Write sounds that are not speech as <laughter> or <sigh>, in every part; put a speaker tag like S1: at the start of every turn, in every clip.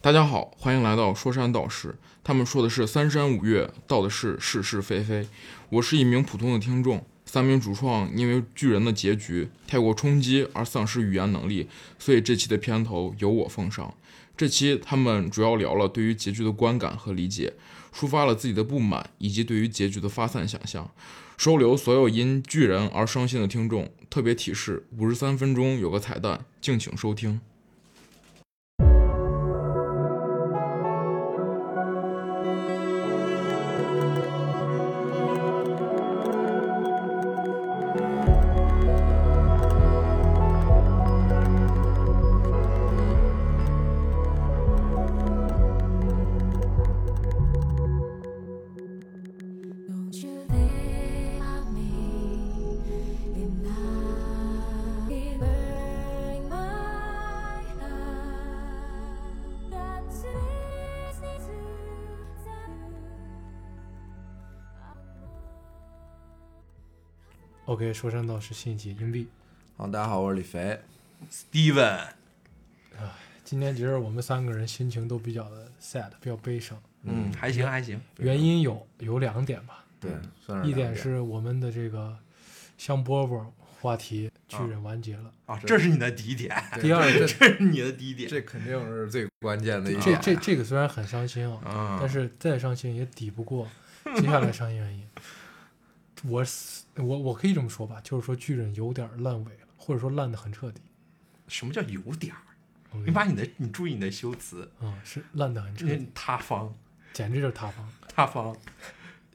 S1: 大家好，欢迎来到说山道士。他们说的是三山五岳，道的是是是非非。我是一名普通的听众。三名主创因为巨人的结局太过冲击而丧失语言能力，所以这期的片头由我奉上。这期他们主要聊了对于结局的观感和理解，抒发了自己的不满以及对于结局的发散想象。收留所有因巨人而伤心的听众，特别提示：五十三分钟有个彩蛋，敬请收听。
S2: Don't you think of me in that burning my heart that makes me to
S3: OK，说山道是新一集硬币。
S4: 好，大家好，我是李肥。
S5: Steven，
S3: 今天觉得我们三个人心情都比较的 sad，比较悲伤。
S5: 嗯，还行还行，
S3: 原因有有两点吧，
S4: 对，算
S3: 嗯
S4: 是
S3: 一
S4: 两
S3: 点是我们的这个香饽饽话题巨人完结了，
S5: 啊，这是你的第一点，
S4: 对
S3: 第二
S4: 这这
S5: 这是你的第一点，
S4: 这肯定是最关键的一
S3: 这
S4: 点
S3: 这这个虽然很伤心啊，
S5: 嗯
S1: 啊，
S3: 但是再伤心也抵不过接下来伤心原因。我是我我可以这么说吧，就是说巨人有点烂尾了，或者说烂的很彻底。
S5: 什么叫有点儿？
S3: OK，
S5: 你把你的，你注意你的修辞，
S3: 嗯是烂的很彻
S5: 这是
S3: 底，
S5: 塌方，
S3: 简直就是塌方，
S5: 塌方，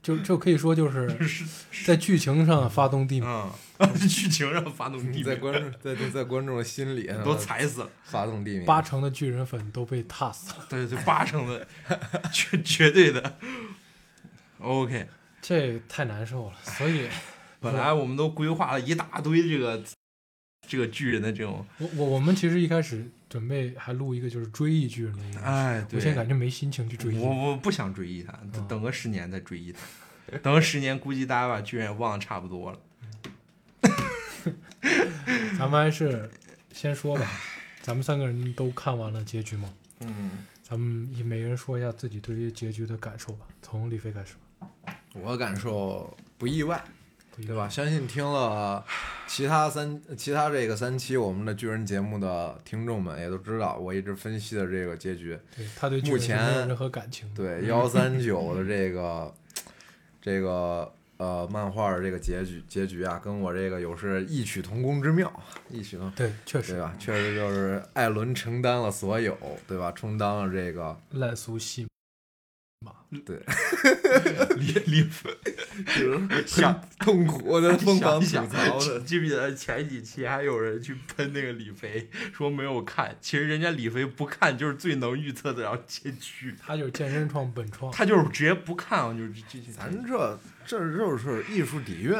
S3: 就就可以说
S5: <laughs>
S3: 就是
S5: 是，
S3: 在剧情上发动
S5: <laughs>
S3: 地
S5: 嗯，剧情让发动
S4: 你
S5: 地
S4: 在嗯
S5: 面
S4: 观众在在观众的心里啊
S5: 都踩死了，
S4: 发动地名
S3: 八成的巨人粉都被踏死了。
S5: 对对，八成的，绝绝对的。OK，
S3: 这太难受了。所以
S5: 本来我们都规划了一大堆这个这个巨人的这种，
S3: 我我我们其实一开始准备还录一个就是追忆巨人的一个，
S5: 哎，
S3: 我
S5: 对，
S3: 现在感觉没心情去追忆。
S5: 我我不想追忆他，
S4: 嗯
S5: 等等个十年再追忆他，等个十年估计大家把巨人忘得差不多了。
S3: 咱们还是先说吧，咱们三个人都看完了结局吗？
S4: 嗯，
S3: 咱们一每人说一下自己对于结局的感受吧。从李飞开始，
S4: 我感受不意外，
S3: 不一
S4: 对吧？？相信听了其他三其他这个三期我们的巨人节目的听众们也都知道，我一直分析的这个结局，
S3: 对他对巨人
S4: 目
S3: 是
S4: 前
S3: 没有任何感情的。
S4: 对幺三九的这个这个呃漫画的这个结局结局啊，跟我这个有是异曲同工之妙，异曲同
S3: 对，确
S4: 对
S3: 实
S4: 吧？确实就是艾伦承担了所有，对吧？充当了这
S5: <laughs>
S4: 个
S3: 烂俗戏
S5: 李李想
S4: 痛苦的疯狂吐
S5: 想一想
S4: 槽的，
S5: 记不记得前几期还有人去喷那个李飞，说没有看，其实人家李飞不看就是最能预测得了结局，
S3: 他就是健身创本创，
S5: 他就是直接不看，啊就是这这
S4: 咱这这就是艺术底蕴，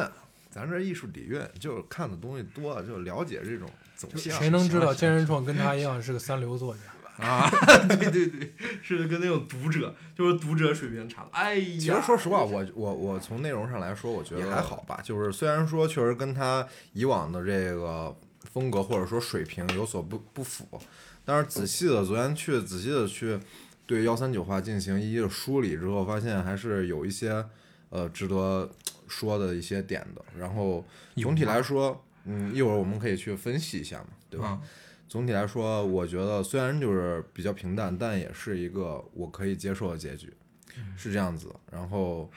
S4: 咱这艺术底蕴就是看的东西多，就了解这种走
S3: 就
S4: 向。
S3: 谁能知道
S4: 行
S3: 健身创跟他一样是个三流作家？
S5: 啊， <laughs> 对对对，是跟那种读者，就是读者水平差不多。哎呀，
S4: 其实说实话，我我我从内容上来说，我觉得
S5: 也还好
S4: 吧。就是虽然说确实跟他以往的这个风格或者说水平有所不不符，但是仔细的昨天去仔细的去对幺三九话进行一一的梳理之后，发现还是有一些呃值得说的一些点的。然后总体来说，嗯，一会儿我们可以去分析一下嘛，对吧？
S5: 啊，
S4: 总体来说，我觉得虽然就是比较平淡，但也是一个我可以接受的结局，是这样子。然 <sighs> 后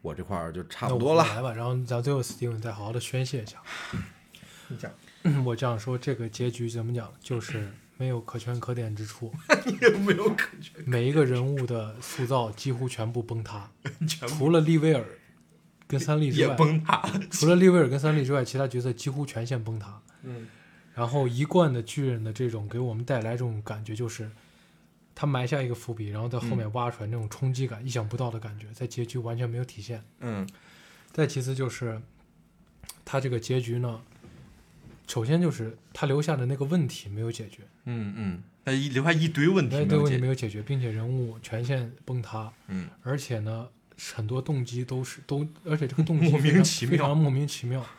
S4: 我这块儿就差不多 <laughs>
S3: 那
S4: 了。
S3: 我来吧，然后咱最后 Steven 再好好的宣泄一下。
S5: 你讲，
S3: <clears throat> 我这样说，这个结局怎么讲，就是没有可圈可点之处，
S5: 你有没有感觉
S3: 每一个人物的塑造几乎全部崩塌，
S5: <laughs> 全部
S3: 除了利威尔跟三笠之
S5: 也
S3: 外，
S5: 崩塌了？
S3: 除了利威尔跟三笠之外，其他角色几乎全线崩塌。
S5: 嗯，
S3: 然后一贯的巨人的这种给我们带来这种感觉，就是他埋下一个伏笔，然后在后面
S5: 嗯
S3: 挖出来那种冲击感、意想不到的感觉，在结局完全没有体现。
S5: 嗯
S3: 再其次就是，他这个结局呢，首先就是他留下的那个问题没有解决，
S5: 嗯嗯，那一留下一堆问题
S3: 那
S5: 没
S3: 个
S5: 有
S3: 问
S5: 解
S3: 题
S5: 决
S3: 没有解决，并且人物全线崩塌，
S5: 嗯，
S3: 而且呢，
S5: <laughs>
S3: 很多动机都是都，而且这个动机
S5: 莫
S3: 非
S5: 名
S3: 常
S5: 其
S3: 非
S5: 妙
S3: 常莫名其妙，
S5: <laughs>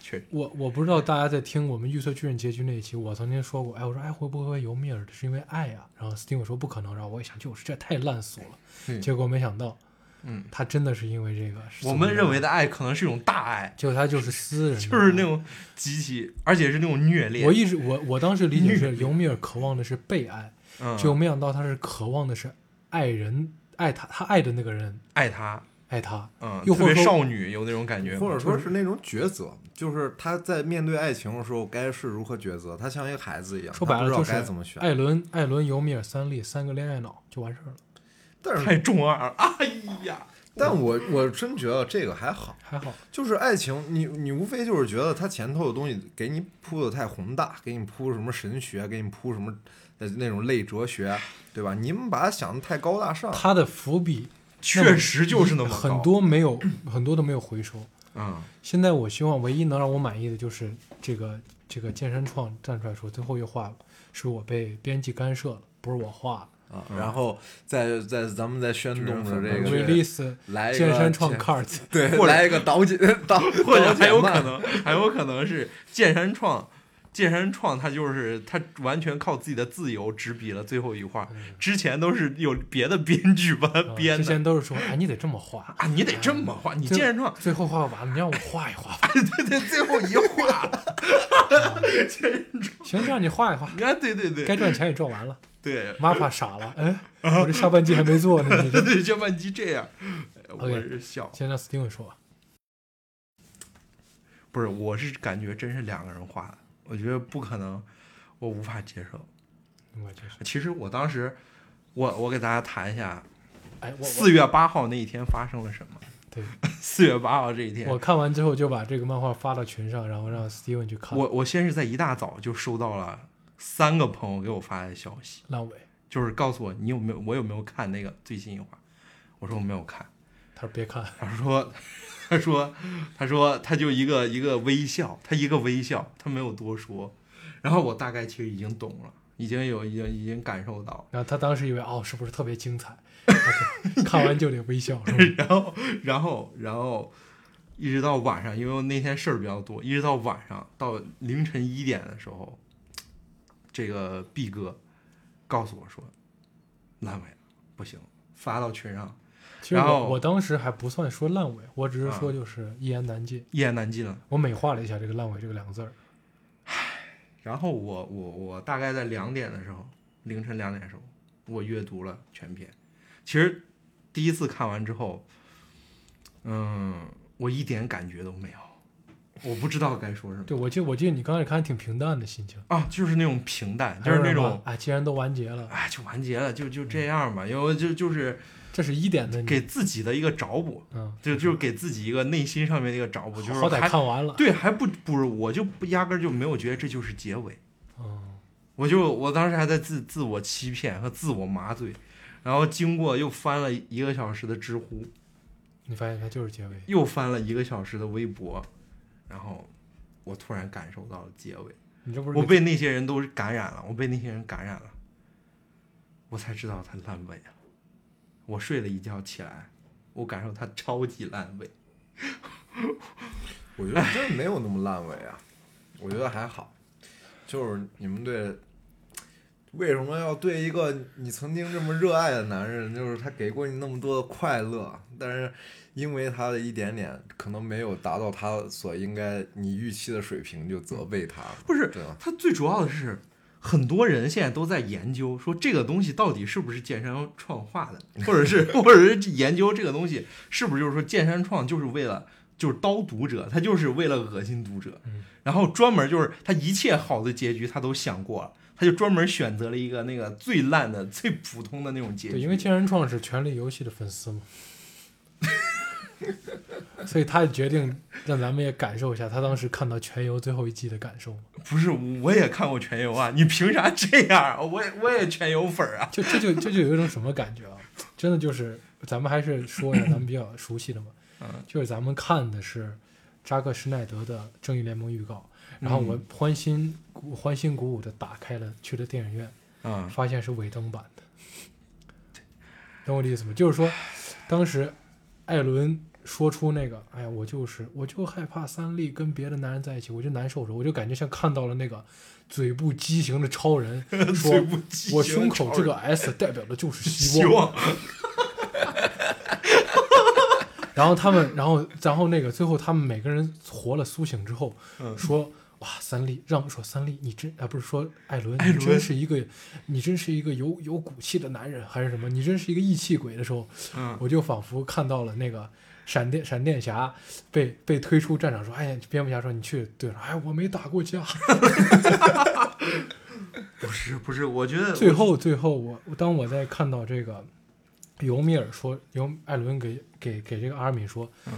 S5: 确实
S3: 我我不知道大家在听我们预测巨人结局那一期，我曾经说过，哎，我说哎会不会由密尔是因为爱呀、然后 Steven 说不可能，然后我一想就是这太烂俗了，
S4: 嗯
S3: 结果没想到
S1: 嗯，
S3: 他真的是因为这个，
S5: 我们认为
S3: 的，
S5: 的爱可能是一种大爱，
S3: 结果他就是私人的，
S5: 就是那种极其，而且是那种虐恋。
S3: 我一直我我当时理解是尤米尔渴望的是被爱，
S5: 嗯
S3: 就没想到他是渴望的是爱人爱他他爱的那个人
S5: 爱他，
S3: 爱他，
S5: 嗯，
S3: 又
S5: 特
S3: 或者
S5: 别
S3: 说
S5: 少女有那种感觉，
S4: 或者说是那种抉择，就是他在面对爱情的时候该是如何抉择，他像一个孩子一样，
S3: 说白
S4: 他
S3: 了
S4: 不
S3: 就
S4: 知
S3: 是
S4: 道该怎么选。
S3: 艾伦艾伦尤米尔三例三个恋爱脑就完事儿了，
S4: 但
S5: 太
S3: 嗯
S4: 是，
S5: 中二了。哎呀，
S4: 但我我真觉得这个还好，
S3: 还好
S4: 就是爱情，你你无非就是觉得它前头的东西给你铺的太宏大，给你铺什么神学，给你铺什么呃那种类哲学，对吧？你们把它想的太高大上了，
S3: 他的伏笔
S5: 确实就是那么高
S3: 很，多没有很多都没有回收。 <laughs>
S5: 嗯，
S3: 现在我希望唯一能让我满意的就是这个这个剑山创站出来说最后一话是我被编辑干涉了，不是我画的。
S4: 啊，然后再再咱们再宣动着这个
S3: release
S4: 来一个
S3: 剑山创
S4: 前
S3: cards，
S4: 对，
S5: 或者
S4: 来一个导剪导，
S5: 或者
S4: 导
S5: 还有
S4: 剪
S5: 可
S4: 漫
S5: 能，还有可能是剑山创，剑山创他就是他完全靠自己的自由执笔了最后一画，之前都是有别的编剧帮他
S3: 嗯
S5: 编
S3: 之
S5: 的
S3: 前都是说哎你得这么画，
S5: 啊，你得这么画，你
S3: 最
S5: 剑山创 <laughs>
S3: 最后画完了，你让我画一画吧，
S5: 对对，最后一 <laughs> 啊画，
S3: 行，让你画一画，
S5: 啊，对对
S3: 该
S5: 对
S3: 赚钱也赚完了。
S5: 对， <laughs>
S3: 妈怕傻了，哎，
S5: 啊
S3: 我这下半季还没做呢，你
S5: 对
S3: 这
S5: 对，这半集这样，哎我
S3: OK
S5: 是笑，
S3: 先让 Steven 说吧。
S5: 不是，我是感觉真是两个人画的，我觉得不可能，我无法接受。
S3: 我就是，
S5: 其实我当时，我我给大家谈一下
S3: 哎，我
S5: 四月八号那一天发生了什么。
S3: 对，
S5: 四月八号这一天，
S3: 我我看完之后就把这个漫画发到群上，然后让 Steven 去看。
S5: 我我先是在一大早就收到了三个朋友给我发来的消息，
S3: 烂尾，
S5: 就是告诉我你有没有我有没有看那个最新一话，我说我没有看，
S3: 他说别看，
S5: 他说 <laughs> 他说他说他就一个一个微笑，他一个微笑，他没有多说，然后我大概其实已经懂了，已经有已经已经感受到了。
S3: 然后他当时以为哦是不是特别精彩，OK，看完就得 <laughs> 微笑，是吧？
S5: 然后，然后，然后，一直到晚上，因为我那天事儿比较多，一直到晚上到凌晨一点的时候，这个 B 哥告诉我说，烂尾了，不行，发到群上，
S3: 其实
S5: 然后啊
S3: 我我当时还不算说烂尾，我只是说就是一言难尽。
S5: 一言难尽了。
S3: 我美化了一下这个烂尾这个两个字儿，
S5: 然后我我我大概在两点的时候，凌晨两点的时候，我阅读了全篇。其实第一次看完之后，嗯，我一点感觉都没有，我不知道该说什么。
S3: 对我记得我记得你刚开始看挺平淡的心情，
S5: 啊，就是那种平淡，就是那种
S3: 哎，既然都完结了，
S5: 哎，就完结了，就就这样吧，因为就就是
S3: 这是一点的你，
S5: 给自己的一个找补，
S3: 嗯，
S5: 就就是给自己一个内心上面的一个找补，就是
S3: 好歹
S5: 还
S3: 看完了，
S5: 对还不不是，我就不压根儿就没有觉得这就是结尾，
S3: 嗯，
S5: 我就我当时还在自自我欺骗和自我麻醉，然后经过又翻了一个小时的知乎，
S3: 你发现它就是结尾，
S5: 又翻了一个小时的微博，然后我突然感受到了结尾。
S3: 你这不是
S5: 我被那些人都感染了，我被那些人感染了，我才知道他烂尾了。我睡了一觉起来，我感受他超级烂尾。
S4: 我觉得真没有那么烂尾啊，我觉得还好。就是你们对为什么要对一个你曾经这么热爱的男人，就是他给过你那么多的快乐，但是因为他的一点点可能没有达到他所应该你预期的水平，就责备他，
S5: 不是
S4: 对吧？
S5: 他最主要的是，很多人现在都在研究说这个东西到底是不是剑山创画
S3: <laughs>
S5: 的，或者是 <laughs> 或者是研究这个东西是不是就是说剑山创就是为了。就是刀读者，他就是为了恶心读者，
S3: 嗯
S5: 然后专门就是他一切好的结局他都想过了，他就专门选择了一个那个最烂的、最普通的那种结局。
S3: 对，因为剑人创是《权力游戏》的粉丝嘛，所以他决定让咱们也感受一下他当时看到《全游》最后一季的感受嘛。
S5: 不是，我也看过全游啊，你凭啥这样？啊我也我也全游粉儿啊。
S3: 就这就这就有一种什么感觉啊？真的就是咱们还是说一下咱们比较熟悉的嘛，
S5: 嗯
S3: 就是咱们看的是扎克施耐德的《正义联盟》预告，然
S5: 嗯
S3: 后我欢欣鼓欢欣鼓舞的打开了去了电影院，
S5: <laughs> 啊、
S3: 发现是尾灯版的，懂我的意思吗？就是说，当时艾伦说出那个，哎呀，我就是，我就害怕三笠跟别的男人在一起，我就难受着，我就感觉像看到了那个嘴不畸形的超人，
S5: <laughs>
S3: 说
S5: 最不畸
S3: 我
S5: 形
S3: 胸
S5: 的
S3: 口
S5: 超
S3: 这
S5: 人
S3: 个 S 代表的就是希
S5: 希
S3: 望。
S5: 望，
S3: 然后他们，然 <laughs> 后然后那个最后他们每个人活了苏醒之后，
S5: 嗯
S3: 说哇三笠让说三笠你真啊不是说艾伦
S5: 艾
S3: 你
S5: 伦
S3: 真是一个你真是一个有有骨气的男人还是什么你真是一个义气鬼的时候，
S5: 嗯，
S3: 我就仿佛看到了那个闪电闪电侠被被推出战场说哎呀蝙蝠侠说你去对了哎我没打过架，
S5: 不是不是，我觉得
S3: 最后最后我当我在看到这个尤米尔说尤艾伦给给给这个阿米说，
S5: 嗯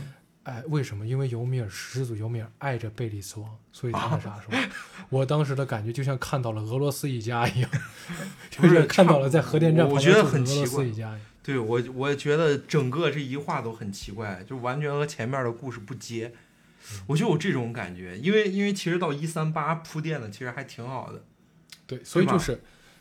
S3: 哎，为什么？因为尤米尔始祖尤米尔爱着贝利斯王，所以他那啥说，
S5: 啊
S3: <laughs> 我当时的感觉就像看到了俄罗斯一家一
S5: <laughs>
S3: 样，就
S5: 不是
S3: 像看到了在核电站
S5: 我
S3: 旁
S5: 我
S3: 边
S5: 觉得
S3: 住
S5: 很
S3: 的俄罗
S5: 奇怪
S3: 斯一家一样。
S5: 对我，我觉得整个这一话都很奇怪，就完全和前面的故事不接。
S3: 嗯
S5: 我就有这种感觉，因为因为其实到一三八铺垫的其实还挺好的，
S3: 对，所以
S5: 吧
S3: 就是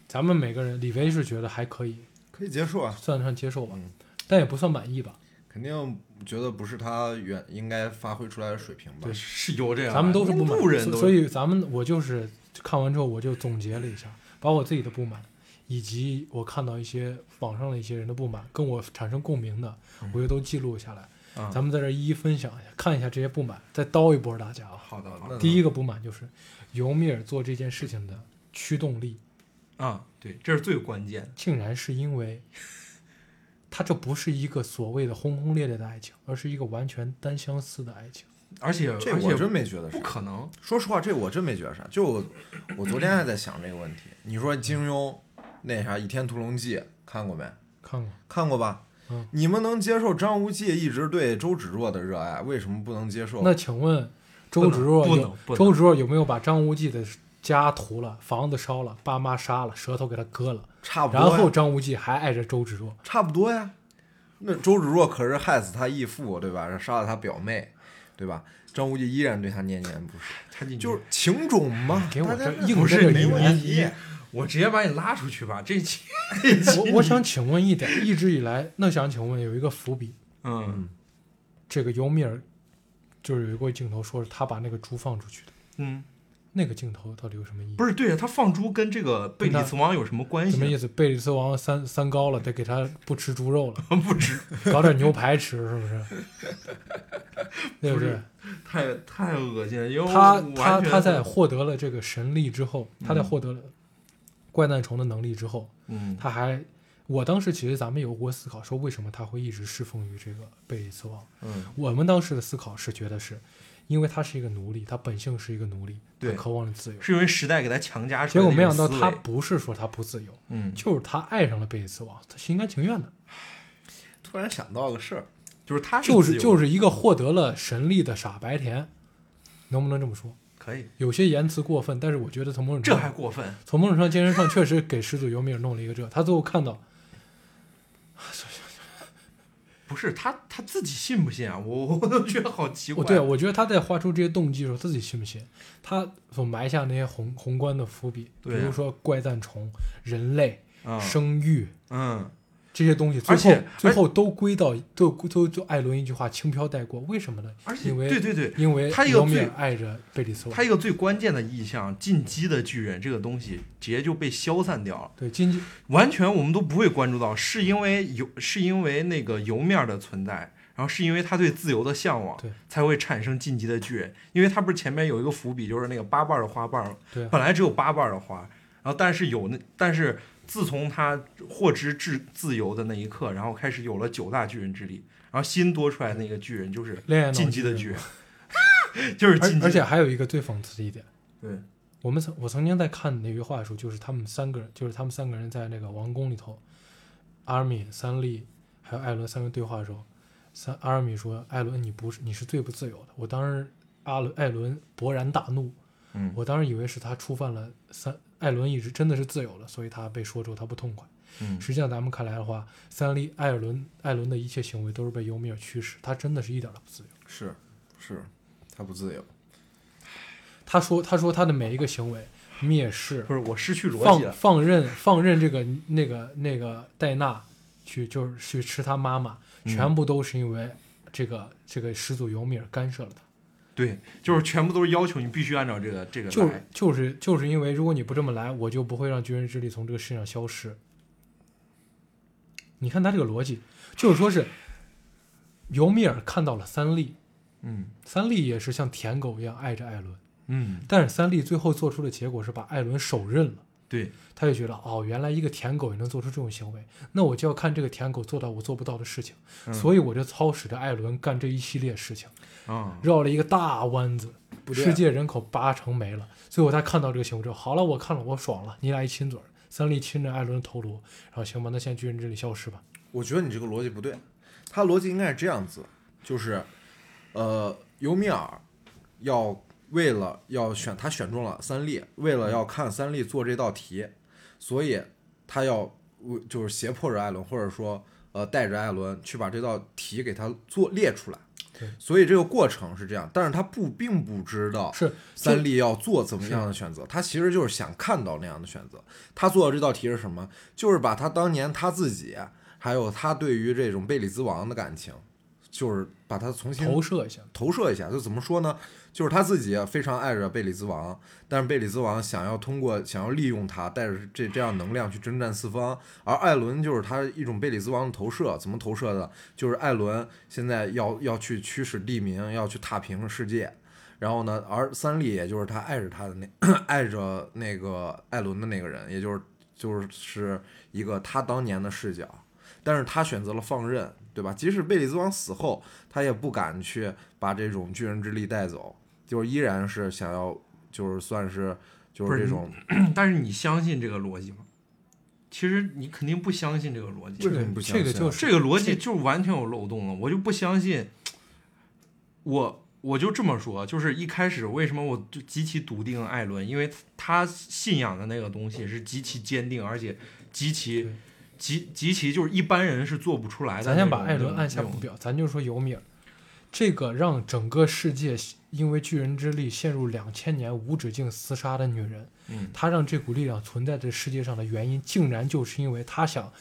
S3: 咱们每个人，李维是觉得还可以，
S4: 可以接受啊，
S3: 算得上接受吧，
S4: 嗯
S3: 但也不算满意吧。
S4: 肯定觉得不是他原应该发挥出来的水平吧
S3: 对。
S5: 是有这样的，
S3: 咱们都是不满，
S5: 啊路人
S3: 所
S5: 都
S3: 所以咱们我就是看完之后我就总结了一下，把我自己的不满，以及我看到一些网上的一些人的不满，跟我产生共鸣的，我就都记录下来。
S5: 嗯
S3: 咱们在这儿一一分享一下，看一下这些不满，再刀一波大家啊！
S5: 好的好的
S4: 那
S3: 第一个不满就是尤米尔做这件事情的驱动力，
S5: 啊、对，这是最关键的。
S3: 竟然是因为。他这不是一个所谓的轰轰烈烈的爱情，而是一个完全单相思的爱情。
S5: 而且
S4: 这
S5: 而且
S4: 我真没觉得
S5: 不
S4: 啥。
S5: 可能，
S4: 说实话，这我真没觉得啥。就我我昨天还在想这个问题。你说金庸那啥《倚天屠龙记》看过没？
S3: 看过，
S4: 看过吧？
S3: 嗯
S4: 你们能接受张无忌一直对周芷若的热爱，为什么不能接受？
S3: 那请问周芷若
S5: 不能
S3: 有
S5: 不能
S3: 周芷若有没有把张无忌的家屠了、房子烧了、爸妈杀了、舌头给他割了？
S4: 差不多
S3: 然
S4: 呀。
S3: 后张无忌还爱着周芷若，
S4: 差不多呀。那周芷若可是害死他义父，对吧？杀了他表妹，对吧？张无忌依然对他念念不
S3: 哎
S4: 舍，
S5: 他进去
S4: 就是情种嘛。
S3: 给我
S4: 大家
S3: 这硬
S5: 不
S3: 跟
S5: 是
S3: 着
S5: 没
S3: 演。
S5: 问题，我直接把你拉出去吧。 <laughs> 这期，
S3: <laughs> 我我想请问一点，一直以来，那想请问有一个伏笔，
S5: 嗯
S3: 这个尤米尔就是有一个镜头说是他把那个猪放出去的，
S5: 嗯，
S3: 那个镜头到底有什么意义？
S5: 不是对啊，他放猪跟这个贝里斯王有什么关
S3: 什么
S5: 系
S3: 意
S5: 啊？
S3: 思？贝里斯王三三高了，得给他不吃猪肉了，
S5: <laughs> 不值，
S3: 搞点牛排吃，是不
S5: <laughs>
S3: 是？对
S5: 不
S3: 不
S5: 是
S3: 对？
S5: 太太恶心了，因为我
S3: 他他
S5: 完全
S3: 他在获得了这个神力之后，他在获得了怪诞虫的能力之后，
S5: 嗯
S3: 他还，我当时其实咱们有过思考，说为什么他会一直侍奉于这个贝里斯王？
S5: 嗯，
S3: 我们当时的思考是觉得是，因为他是一个奴隶，他本性是一个奴隶，他
S5: 对
S3: 渴望着自由。
S5: 是因为时代给他强加出
S3: 结
S5: 来
S3: 果
S5: 的一
S3: 没
S5: 种
S3: 想
S5: 思
S3: 到
S5: 维。
S3: 他不是说他不自由，
S5: 嗯，
S3: 就是他爱上了贝里斯王，他心甘情愿的，
S4: 突然想到个事儿，
S5: 就是他
S3: 就是就是是一个获得了神力的傻白甜，能不能这么说？
S5: 可以，
S3: 有些言辞过分，但是我觉得从某种
S5: 这
S3: 程度
S5: 还过分。
S3: 从某种上精神上确实给始祖尤米尔弄了一个这，他最后看到，
S5: 不是他他自己信不信啊？我我都觉得好奇
S3: 我
S5: 怪。
S3: 哦对我觉得他在画出这些动机的时候，自己信不信？他所埋下那些宏宏观的伏笔，比
S5: 对啊
S3: 如说怪诞虫、人类、
S5: 嗯
S3: 生育
S5: 嗯，
S3: 这些东西，最
S5: 而且
S3: 后最后都归到都都都艾伦一句话轻飘带过，为什么呢？
S5: 而且
S3: 因为
S5: 对对对，
S3: 因为
S5: 他一个
S3: 尤米
S5: 最
S3: 尔爱着贝里斯
S5: 他
S3: 王，
S5: 一个最关键的意象，进击的巨人这个东西直接就被消散掉了，
S3: 对，经济
S5: 完全我们都不会关注到，是因为油是因为那个油面的存在，然后是因为他对自由的向往
S3: 对，
S5: 才会产生进击的巨人，因为他不是前面有一个伏笔，就是那个八瓣的花瓣吗，
S3: 对啊
S5: 本来只有八瓣的花，然后但是有那但是。自从他获知自自由的那一刻，然后开始有了九大巨人之力，然后新多出来那个巨人就是
S3: 恋爱脑
S5: 进击的
S3: 巨
S5: 巨
S3: 人
S5: 人， <laughs> 就是进
S3: 而
S5: 击的
S3: 而且还有一个最讽刺的一点，
S5: 对，
S3: 我们曾我曾经在看那句话的时候，就是他们三个人，就是他们三个人在那个王宫里头，阿米、三笠还有艾伦三个对话的时候，三阿米说：“艾伦，你不是你是最不自由的。”我当时阿伦艾伦勃然大怒，
S5: 嗯
S3: 我当时以为是他触犯了三艾伦一直真的是自由了，所以他被说中他不痛快。
S5: 嗯
S3: 实际上咱们看来的话，三笠、艾伦、艾伦的一切行为都是被尤米尔驱使，他真的是一点儿都不自由。
S4: 是是，他不自由。
S3: 他说他说他的每一个行为，蔑视。
S5: 不是我失去逻辑
S3: 放
S5: 啊了，
S3: 放任放任这个
S5: 嗯
S3: 那个那个戴娜去就是去吃他妈妈，全部都是因为这个这个始祖尤米尔干涉了他。
S5: 对，就是全部都是要求你必须按照这个这个
S3: 就是
S5: 来。
S3: 就是就是因为如果你不这么来，我就不会让军人之力从这个世界上消失。你看他这个逻辑，就是说是尤米尔看到了三笠，
S5: 嗯
S3: 三笠也是像舔狗一样爱着艾伦，
S5: 嗯，
S3: 但是三笠最后做出的结果是把艾伦手刃了。
S5: 对，
S3: 他就觉得哦，原来一个舔狗也能做出这种行为，那我就要看这个舔狗做到我做不到的事情，
S5: 嗯
S3: 所以我就操使着艾伦干这一系列事情，
S5: 啊、
S3: 绕了一个大弯子，
S4: 不对
S3: 世界人口八成没了。最后他看到这个行为之后，好了，我看了，我爽了，你俩一亲嘴儿，三笠亲着艾伦的头颅，然后行吧，那现在巨人之力消失吧。
S4: 我觉得你这个逻辑不对，他逻辑应该是这样子，就是，呃，尤米尔要为了要选他选中了三笠，为了要看三笠做这道题，所以他要为就是胁迫着艾伦，或者说呃带着艾伦去把这道题给他做列出来
S3: 对。
S4: 所以这个过程是这样，但是他不并不知
S5: 哦
S4: 道
S3: 是
S4: 三笠要做怎么样的选择，他其实就是想看到那样的选择。他做的这道题是什么？就是把他当年他自己，还有他对于这种贝里兹王的感情，就是把它重新
S3: 投射一下，
S4: 投射一下，就怎么说呢？就是他自己非常爱着贝里兹王，但是贝里兹王想要通过想要利用他，带着这这样能量去征战四方，而艾伦就是他一种贝里兹王的投射，怎么投射的？就是艾伦现在要要去驱使地名，要去踏平世界，然后呢，而三笠也就是他爱着他的那 <clears throat> 爱着那个艾伦的那个人，也就是就是一个他当年的视角，但是他选择了放任，对吧？即使贝里兹王死后，他也不敢去把这种巨人之力带走，就是依然是想要，就是算是就
S5: 不
S4: 是
S5: 是
S4: 这种，
S5: 但是你相信这个逻辑吗？其实你肯定不相信这个逻辑
S4: 这
S3: 这，
S4: 个
S3: 个
S4: 你不相
S3: 这个
S4: 信啊
S3: 就是
S5: 这个逻辑就是完全有漏洞了，我就不相信。我我就这么说，就是一开始为什么我就极其笃定艾伦，因为他信仰的那个东西是极其坚定，而且极其
S3: 对
S5: 极极其就是一般人是做不出来的那
S3: 咱先
S5: 种。
S3: 把艾伦
S5: 那种
S3: 按下
S5: 那
S3: 不
S5: 种
S3: 表，咱就说尤米尔，这个让整个世界因为巨人之力陷入两千年无止境厮杀的女人，
S5: 嗯，
S3: 她让这股力量存在这世界上的原因，竟然就是因为她想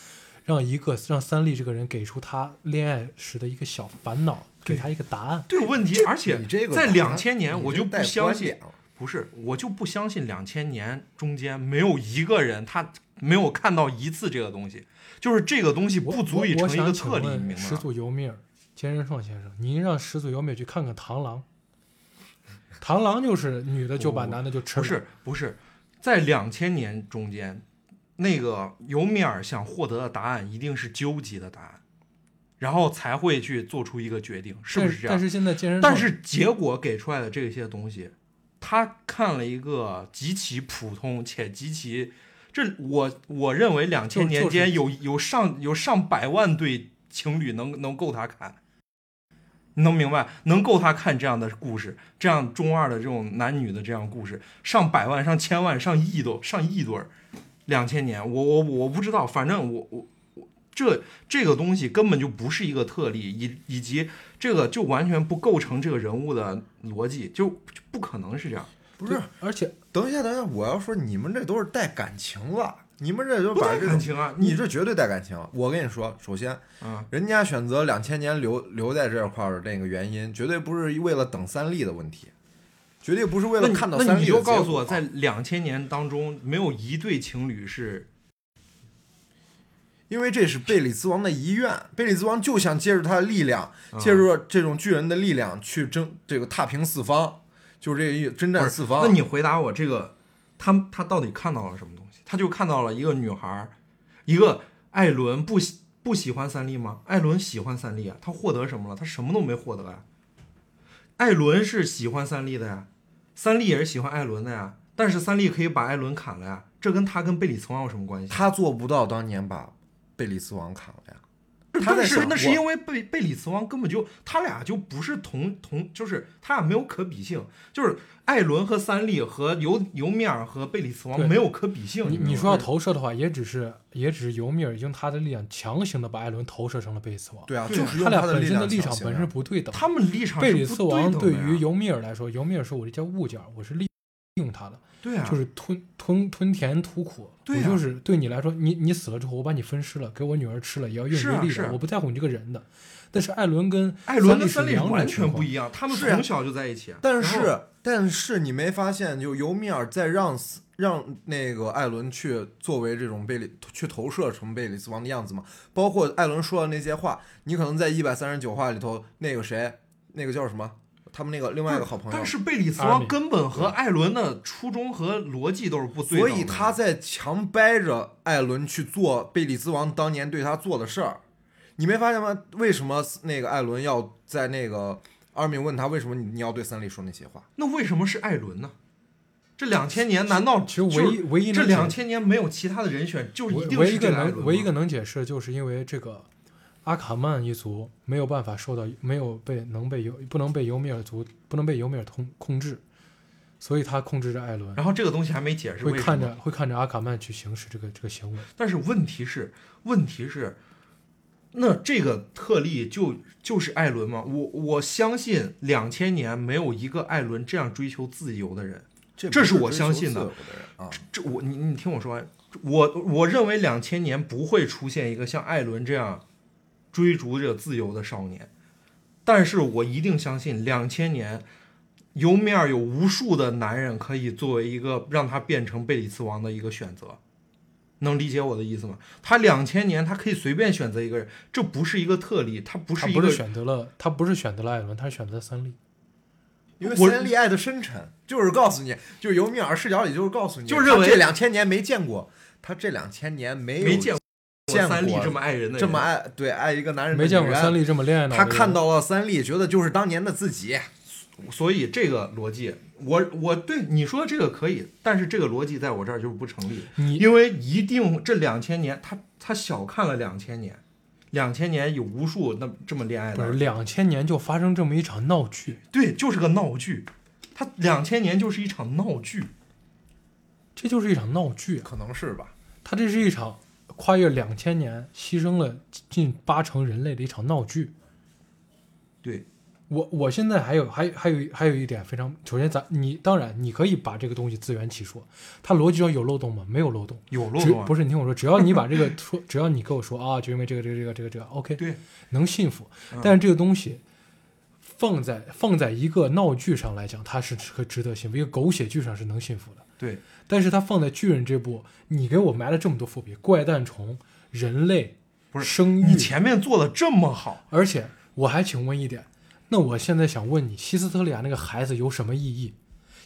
S3: 让一个让三笠这个人给出她恋爱时的一个小烦恼，给她一个答案。
S5: 对有问题，而且
S4: 你这个
S5: 在
S4: 答案
S5: 两千年
S4: 你
S5: 我
S4: 这
S5: 就
S4: 带
S5: 不相
S4: 观
S5: 信
S4: 点，了
S5: 不是，我就不相信两千年中间没有一个人他没有看到一次这个东西，就是这个东西
S3: 我
S5: 不足以
S3: 我我
S5: 成一个
S3: 想请
S5: 特例，你
S3: 问
S5: 明
S3: 始
S5: 白吗？
S3: 祖尤米尔、坚仁创先生，您让始祖尤米尔去看看螳螂，螳螂就是女的就把
S5: 不
S3: 男的就吃
S5: 不
S3: 了，
S5: 是不是，在两千年中间，那个尤米尔想获得的答案一定是究极的答案，然后才会去做出一个决定，是不
S3: 但
S5: 是这
S3: 但
S5: 样？
S3: 是现在坚仁
S5: 但
S3: 创
S5: 是结果给出来的这些东西，他看了一个极其普通且极其，这我我认为两千年间有有上有上百万对情侣能能够他看，你能明白？能够他看这样的故事，这样中二的这种男女的这样故事，上百万、上千万、上亿都上亿对儿，两千年，我我我不知道，反正我我。我这这个东西根本就不是一个特例，以以及这个就完全不构成这个人物的逻辑，就就不可能是这样。
S4: 不是？
S3: 而且
S4: 等一下，等一下，我要说你们这都是带感情了，你们这就
S5: 不
S4: 把这
S5: 带感
S4: 种
S5: 情啊，
S4: 你这绝对带感情了。我跟你说，首先，
S5: 啊，
S4: 人家选择两千年留留在这块儿的那个原因，绝对不是为了等三立的问题，绝对不是为
S5: 那
S4: 了
S5: 你
S4: 看到
S5: 那
S4: 三
S5: 你
S4: 立的结
S5: 就
S4: 果。
S5: 告诉我，在两千年当中，没有一对情侣是
S4: 因为这是贝里兹王的遗愿，贝里兹王就想借助他的力量，
S5: 嗯
S4: 借助这种巨人的力量去征这个踏平四方，就是这一征
S5: 不
S4: 战
S5: 是
S4: 四方。
S5: 那你回答我这个，他他到底看到了什么东西？他就看到了一个女孩儿，一个艾伦不喜不喜欢三笠吗？艾伦喜欢三笠啊，他获得什么了？他什么都没获得呀、艾伦是喜欢三笠的呀，三笠也是喜欢艾伦的呀，但是三笠可以把艾伦砍了呀，这跟他跟贝里茨王有什么关系？
S4: 他做不到当年把贝里兹王砍了呀，他在
S5: 但是
S4: 想
S5: 那是
S4: 我
S5: 因为贝贝里茨王根本就他俩就不是同同，就是他俩没有可比性，就是艾伦和三笠和尤尤米尔和贝里茨王
S3: 对
S5: 没有可比性。
S3: 你
S5: 明白
S3: 你
S5: 吗
S3: 说要投射的话，也只是也只是尤米尔用他的力量强行的把艾伦投射成了贝里斯王。
S4: 对啊，
S5: 对
S4: 就
S5: 啊
S4: 是
S3: 他
S4: 用
S3: 俩
S4: 的
S3: 本身
S4: 量
S3: 立
S4: 强
S3: 场
S4: 行
S3: 本
S4: 呀
S3: 是不对等。
S5: 他们立场
S3: 贝
S5: 是
S3: 里
S5: 不
S3: 斯王
S5: 等
S3: 对
S5: 的呀
S3: 于尤米尔来说，尤米尔说我这叫物件儿，我是利用它的，
S5: 对啊，
S3: 就是吞吞吞甜吐苦。
S5: 对
S3: 我
S5: 啊
S3: 就是对你来说，你你死了之后，我把你分尸了，给我女儿吃了，也要用
S5: 是啊
S3: 威力
S5: 是
S3: 的，
S5: 啊
S3: 我不在乎你这个人的。但是艾伦跟
S5: 艾伦跟
S3: 三
S5: 三
S3: 笠
S5: 笠
S3: 是两
S5: 完
S3: 种
S5: 全
S3: 情
S5: 不
S3: 况
S5: 一样，他们
S4: 是啊
S5: 从小就在一起啊。
S4: 但
S5: 然后
S4: 是但是你没发现，就尤米尔再让斯让那个艾伦去作为这种贝里去投射成贝里斯王的样子吗？包括艾伦说的那些话，你可能在一百三十九话里头，那个谁，那个叫什么，他们那个另外一个好朋友
S5: 但，是贝里斯
S3: 阿米嗯
S5: 王根本和艾伦的初衷和逻辑都是不对等
S4: 所
S5: 的，
S4: 以他在强掰着艾伦去做贝里斯王当年对他做的事儿。你没发现吗？为什么那个艾伦要在那个阿米问他为什么你你要对三笠说那些话？
S5: 那为什么是艾伦呢？这两千年难道
S3: 其实
S5: 就
S3: 唯一
S5: 是
S3: 唯一
S5: 这
S3: 能
S5: 两
S3: 解
S5: 千年没有其他的人选，就一
S3: 唯
S5: 定
S3: 唯
S5: 是
S3: 一
S5: 这
S3: 个
S5: 艾伦吗
S3: 能唯一一个能解释，就是因为这个阿卡曼一族没有办法受到没有被能被尤不能被尤米尔族不能被尤米尔控控制，所以他控制着艾伦，
S5: 然后这个东西还没解释
S3: 会
S5: 为什
S3: 看
S5: 么
S3: 着。会看着阿卡曼去行使这个这个行为。
S5: 但是问题是，问题是，那这个特例就就是艾伦吗？我我相信两千年没有一个艾伦这样追求自由的人。
S4: 这
S5: 这
S4: 这
S5: 是我相信的
S4: 啊！
S5: 这我你你听我说完，我我认为两千年不会出现一个像艾伦这样追逐着自由的少年，但是我一定相信两千年尤米尔有无数的男人可以作为一个让他变成贝里斯王的一个选择，能理解我的意思吗？他两千年他可以随便选择一个人，这不是一个特例，他不
S3: 他
S5: 是一
S3: 不是
S5: 个
S3: 选择了他不是选择了艾伦，他是选择了三笠。
S4: 因为
S5: 我
S4: 三笠爱的深沉，就是告诉你，就是由米尔视角里就是告诉你，
S5: 就认为
S4: 他这两千年没见过，他这两千年没有
S5: 没见
S4: 见
S5: 过三笠
S4: 过
S5: 这么爱人的人，
S4: 这么爱对爱一个男人的
S3: 没见过
S4: 女人
S3: 三，笠这么恋爱脑的
S4: 他
S3: 人。
S4: 看到了三笠，觉得就是当年的自己。
S5: 所以这个逻辑，我我对你说这个可以，但是这个逻辑在我这儿就是不成立，
S3: 你
S5: 因为一定这两千年他他小看了两千年，两千年有无数那这么恋爱
S3: 不是
S5: 的，
S3: 两千年就发生这么一场闹剧，
S5: 对，就是个闹剧，他两千年就是一场闹剧，
S3: 这就是一场闹剧啊。
S4: 可能是吧，
S3: 他这是一场跨越两千年，牺牲了近八成人类的一场闹剧。
S5: 对，
S3: 我我现在还有还有还有还有一点非常，首先咱你当然你可以把这个东西自圆其说，它逻辑上有漏洞吗？没有漏洞，
S5: 有漏
S3: 只
S5: 洞啊
S3: 不，是你听我说，只要你把这个说，只要你跟我说啊，就因为这个这个这个这个这个，OK，
S5: 对，
S3: 能信服
S5: 嗯。
S3: 但是这个东西放在放在一个闹剧上来讲，它是可值得信服，一个狗血剧上是能信服的。
S5: 对，
S3: 但是它放在巨人这部，你给我埋了这么多伏笔，怪诞虫、人类、
S5: 不是
S3: 生育
S5: 你，前面做的这么好，
S3: 而且我还请问一点，那我现在想问你，希斯特利亚那个孩子有什么意义？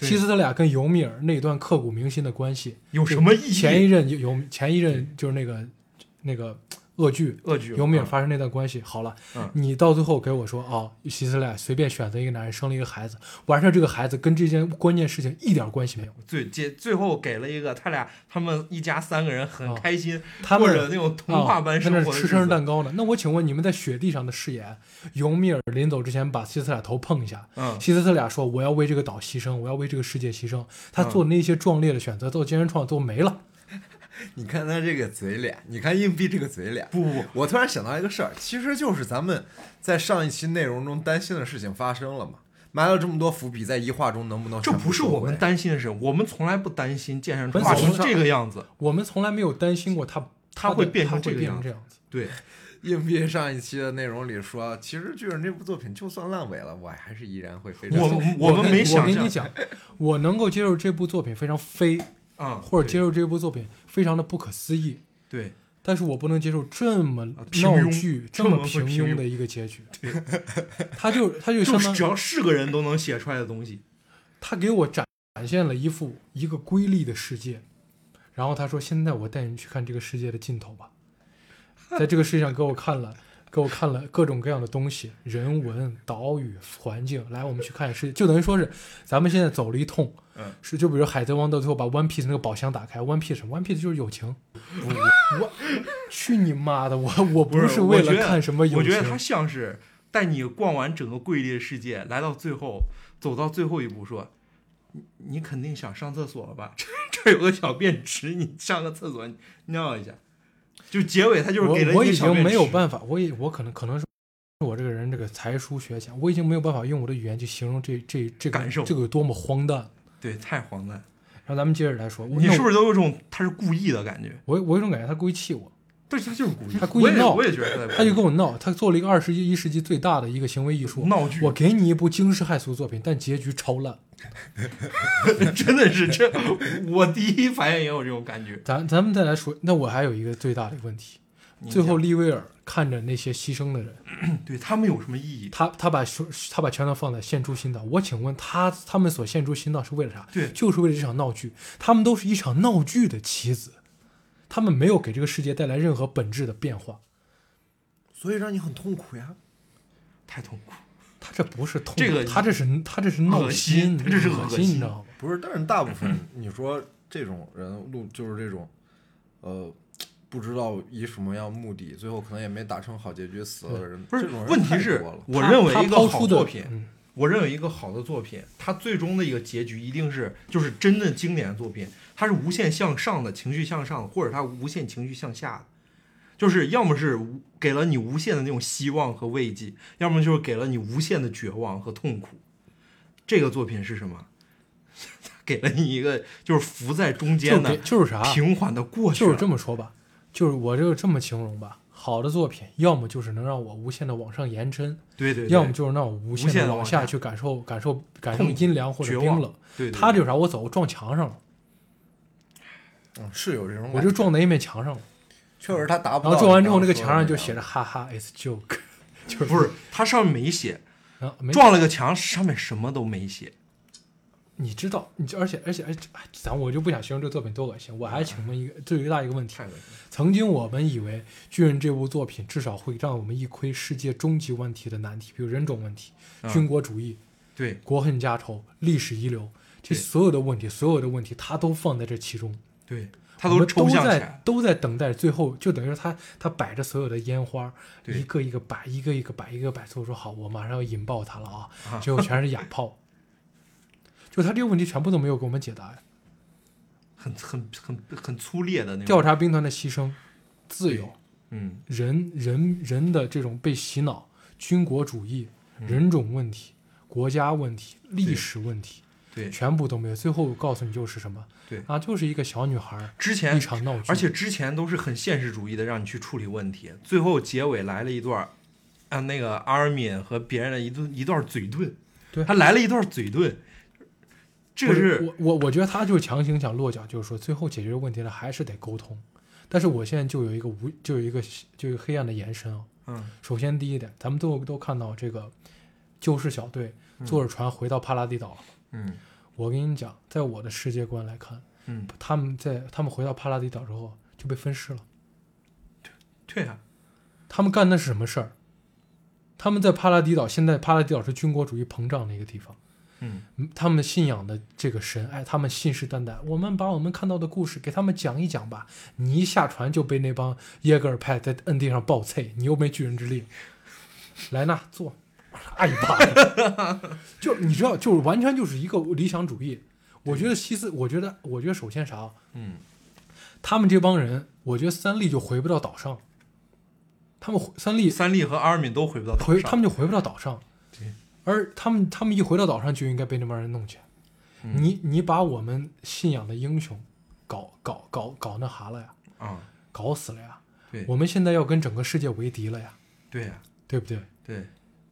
S5: 对
S3: 希斯特利亚跟尤米尔那段刻骨铭心的关系
S5: 有什么意义
S3: 前一任有有前一任就是那个那个恶剧
S5: 恶剧
S3: 尤米尔
S5: 嗯
S3: 发生那段关系，好了，
S5: 嗯
S3: 你到最后给我说哦，希斯特利亚随便选择一个男人生了一个孩子，完事儿这个孩子跟这件关键事情一点关系没有。
S5: 对，结最后给了一个他俩他们一家三个人很
S3: 啊
S5: 开心，
S3: 他
S5: 过
S3: 们哦
S5: 着那种童话般
S3: 啊在
S5: 生
S3: 那
S5: 活的
S3: 吃
S5: 日
S3: 生日
S5: 子，
S3: 蛋糕呢。那我请问你们在雪地上的誓言，尤米尔临走之前把希斯特俩头碰一下，
S5: 嗯，
S3: 希斯特俩说我要为这个岛牺牲，我要为这个世界牺牲。
S5: 嗯
S3: 他做的那些壮烈的选择，做坚韧创都没了。
S4: 你看他这个嘴脸，你看硬币这个嘴脸。
S5: 不不不，
S4: 我突然想到一个事儿，其实就是咱们在上一期内容中担心的事情发生了嘛，埋了这么多伏笔，在一话中能不能
S5: 这
S4: 全部
S5: 不是我
S4: 收回
S5: 们担心的事，我们从来不担心剑山
S3: 本
S5: 川画
S4: 草
S5: 成
S3: 上
S5: 这个样子。
S3: 我们从来没有担心过他，
S5: 他
S3: 的
S5: 会变成
S3: 他
S5: 这
S3: 会
S5: 个
S3: 变
S5: 样
S3: 成
S5: 子
S3: 这样子。
S5: 对，
S4: 硬币上一期的内容里说，其实《巨人》这部作品就算烂尾了，我还是依然会非常
S5: 我们我们
S3: 跟
S5: 没
S3: 我
S5: 想
S3: 跟你
S5: 象
S3: 讲，我能够接受这部作品非常飞，
S5: 啊，
S3: 或者接受这部作品非常的不可思议，
S5: 对
S3: 但是我不能接受这么
S5: 啊平
S3: 闹
S5: 庸
S3: 剧、
S5: 这
S3: 这么
S5: 么
S3: 平
S5: 平庸
S3: 庸的一个结局。他就他就
S5: 对，就
S3: 相
S5: 是
S3: 当
S5: 只要是个人都能写出来的东西，
S3: 他给我展展现了一幅一个瑰丽的世界，然后他说：“现在我带你去看这个世界的尽头吧。”在这个世界上给我看了，给我看了各种各样的东西，人文、岛屿、环境。来，我们去看世界，就等于说是咱们现在走了一通，
S5: 嗯
S3: 是就比如海贼王到最后把 One Piece 那个宝箱打开，One Piece 什么？One Piece 就是友情。我去你妈的！我我
S5: 不
S3: 是为
S5: 我
S3: 了
S5: 觉得
S3: 看什么友
S5: 我
S3: 情，
S5: 觉得它像是带你逛完整个瑰丽的世界，来到最后，走到最后一步，说。你你肯定想上厕所了吧？ <laughs> 这这有个小便池，你上个厕所你尿一下。就结尾他就是给了
S3: 我我
S5: 你
S3: 已
S5: 个小
S3: 经
S5: 便
S3: 没有
S5: 池。
S3: 办法，我也我可能可能是我这个人这个才疏学浅，我已经没有办法用我的语言去形容这这这个
S5: 感受
S3: 这个有多么荒诞。
S5: 对，太荒诞。
S3: 然后咱们接着来说，
S5: 你是不
S3: 是
S5: 是都有种他是故意的感觉？
S3: 我我有种感觉他故意气我，
S5: 对，他就是故意，
S3: 他故意闹
S5: 我也我也觉得
S3: 他就跟我闹，他做了一个二十一世纪最大的一个行为艺术。
S5: 闹剧，
S3: 我给你一部惊世骇俗作品，但结局超烂。
S5: 真的是这，我第一反应也有这种感觉。
S3: 咱咱们再来说，那我还有一个最大的问题，
S5: 你
S3: 最后
S5: 讲
S3: 利威尔看着那些牺牲的人，
S5: 对他们有什么意义？
S3: 他他把手他把拳头放在献出心脏。我请问他他们所献出心脏是为了啥？
S5: 对
S3: 就是为了这场闹剧。他们都是一场闹剧的棋子，他们没有给这个世界带来任何本质的变化。
S4: 所以让你很痛苦呀。
S5: 太痛苦。
S3: 他这不是痛，
S5: 这个
S3: 他这是他这是闹心，嗯
S5: 恶心他这是
S3: 恶
S5: 恶心
S3: 你知道吗？
S4: 不是，但是大部分你说这种人路就是这种，呃，不知道以什么样目的，最后可能也没达成好结局死了的人，
S5: 不是
S4: 这种，人
S5: 问题
S4: 太
S5: 是
S4: 多了，
S5: 我
S3: 他
S5: 认为一
S3: 他
S5: 个
S3: 抛
S5: 好
S3: 出的
S5: 作品，
S3: 嗯
S5: 我认为一个好的作品，它最终的一个结局一定是就是真正经典的作品，它是无限向上的情绪向上的，或者它无限情绪向下的，就是要么是无给了你无限的那种希望和慰藉，要么就是给了你无限的绝望和痛苦。这个作品是什么？ <laughs> 它给了你一个就是浮在中
S3: 就
S5: 间
S3: 给
S5: 的
S3: 就是啥，
S5: 平缓的过去
S3: 就
S5: 了，
S3: 是这么说吧，就是我就这么形容吧。好的作品，要么就是能让我无限的往上延伸，
S5: 对对对，
S3: 要么就是让我无
S5: 无限
S3: 的
S5: 地
S3: 往
S5: 往下
S3: 去感受感受感受
S5: 痛苦
S3: 阴凉或者
S5: 绝
S3: 冰
S5: 望
S3: 冷。
S5: 对对
S3: 他
S5: 对
S3: 这有啥？我走，我撞墙上了，
S4: 嗯，是有这种感觉，
S3: 我就撞在一面墙上了。
S4: 确实他达不
S3: 然
S4: 到。
S3: 后撞完之后，那
S4: 你
S3: 个
S4: 刚刚
S3: 墙上
S4: 说
S3: 就
S4: 的
S3: 写着“哈哈，it's joke”，就是 <laughs>
S5: <laughs> 不是它上面没写，
S3: 啊，没
S5: 撞了个墙，上面什么都没写。
S3: 你知道，你知而且而且而且，哎咱我就不想形容这作品多恶心。我还请问一个最大一个问题：
S5: 嗯太恶心了。
S3: 曾经我们以为《巨人》这部作品至少会让我们一窥世界终极问题的难题，比如人种问题、
S5: 嗯
S3: 军国主义、
S5: 对，
S3: 国恨家仇、历史遗留，这
S5: 对
S3: 所有的问题，所有的问题，它都放在这其中。
S5: 对，他
S3: 我
S5: 都
S3: 们
S5: 抽象起
S3: 在
S5: 来。
S3: 都在等待最后，就等于说他他摆着所有的烟花，
S5: 对
S3: 一个一个摆，一个一个摆，一个摆，最后说好，我马上要引爆它了啊！结果全是哑炮，就他这个问题全部都没有给我们解答呀。
S5: 很很很很粗劣的那
S3: 调
S5: 种。
S3: 查兵团的牺牲、自由、
S5: 嗯，
S3: 人人人的这种被洗脑、军国主义、
S5: 嗯
S3: 人种问题、国家问题、历史问题，
S5: 对。
S3: 全部都没有。最后告诉你就是什么？
S5: 对
S3: 啊，就是一个小女孩儿
S5: 之前
S3: 一，场闹剧，
S5: 而且之前都是很现实主义的，让你去处理问题。最后结尾来了一段儿，啊，那个阿尔敏和别人的一顿一段嘴遁。
S3: 对
S5: 他来了一段嘴遁，这个
S3: 不我我我觉得他就强行想落脚，就是说最后解决问题了还是得沟通。但是我现在就有一个无就有一个就有一个黑暗的延伸啊、
S5: 嗯，
S3: 首先第一点，咱们都都看到这个救世小队坐着船回到帕拉地岛了。
S5: 嗯，
S3: 我跟你讲，在我的世界观来看，
S5: 嗯，
S3: 他们在他们回到帕拉地岛之后就被分尸了。
S5: 对啊，
S3: 他们干的是什么事儿？他们在帕拉迪岛，现在帕拉迪岛是军国主义膨胀的一个地方。
S5: 嗯
S3: 嗯，他们信仰的这个神，哎，他们信誓旦旦，我们把我们看到的故事给他们讲一讲吧。你一下船就被那帮耶格尔派在摁地上暴踹，你又没巨人之力，来那坐，哎挨一巴掌 <laughs> 就你知道，就是完全就是一个理想主义。我觉得西斯，我觉得，我觉得首先啥啊，
S5: 嗯，
S3: 他们这帮人，我觉得三笠就回不到岛上。他们回三笠
S5: 三笠和阿尔敏都回不到岛
S3: 回
S5: 上
S3: 他们就回不到岛上。而他们他们一回到岛上就应该被那帮人弄去。
S5: 嗯
S3: 你你把我们信仰的英雄搞搞搞搞那哈了呀，
S5: 啊，
S3: 搞死了呀。
S5: 对
S3: 我们现在要跟整个世界为敌了呀，
S5: 对啊，
S3: 对不对？
S5: 对，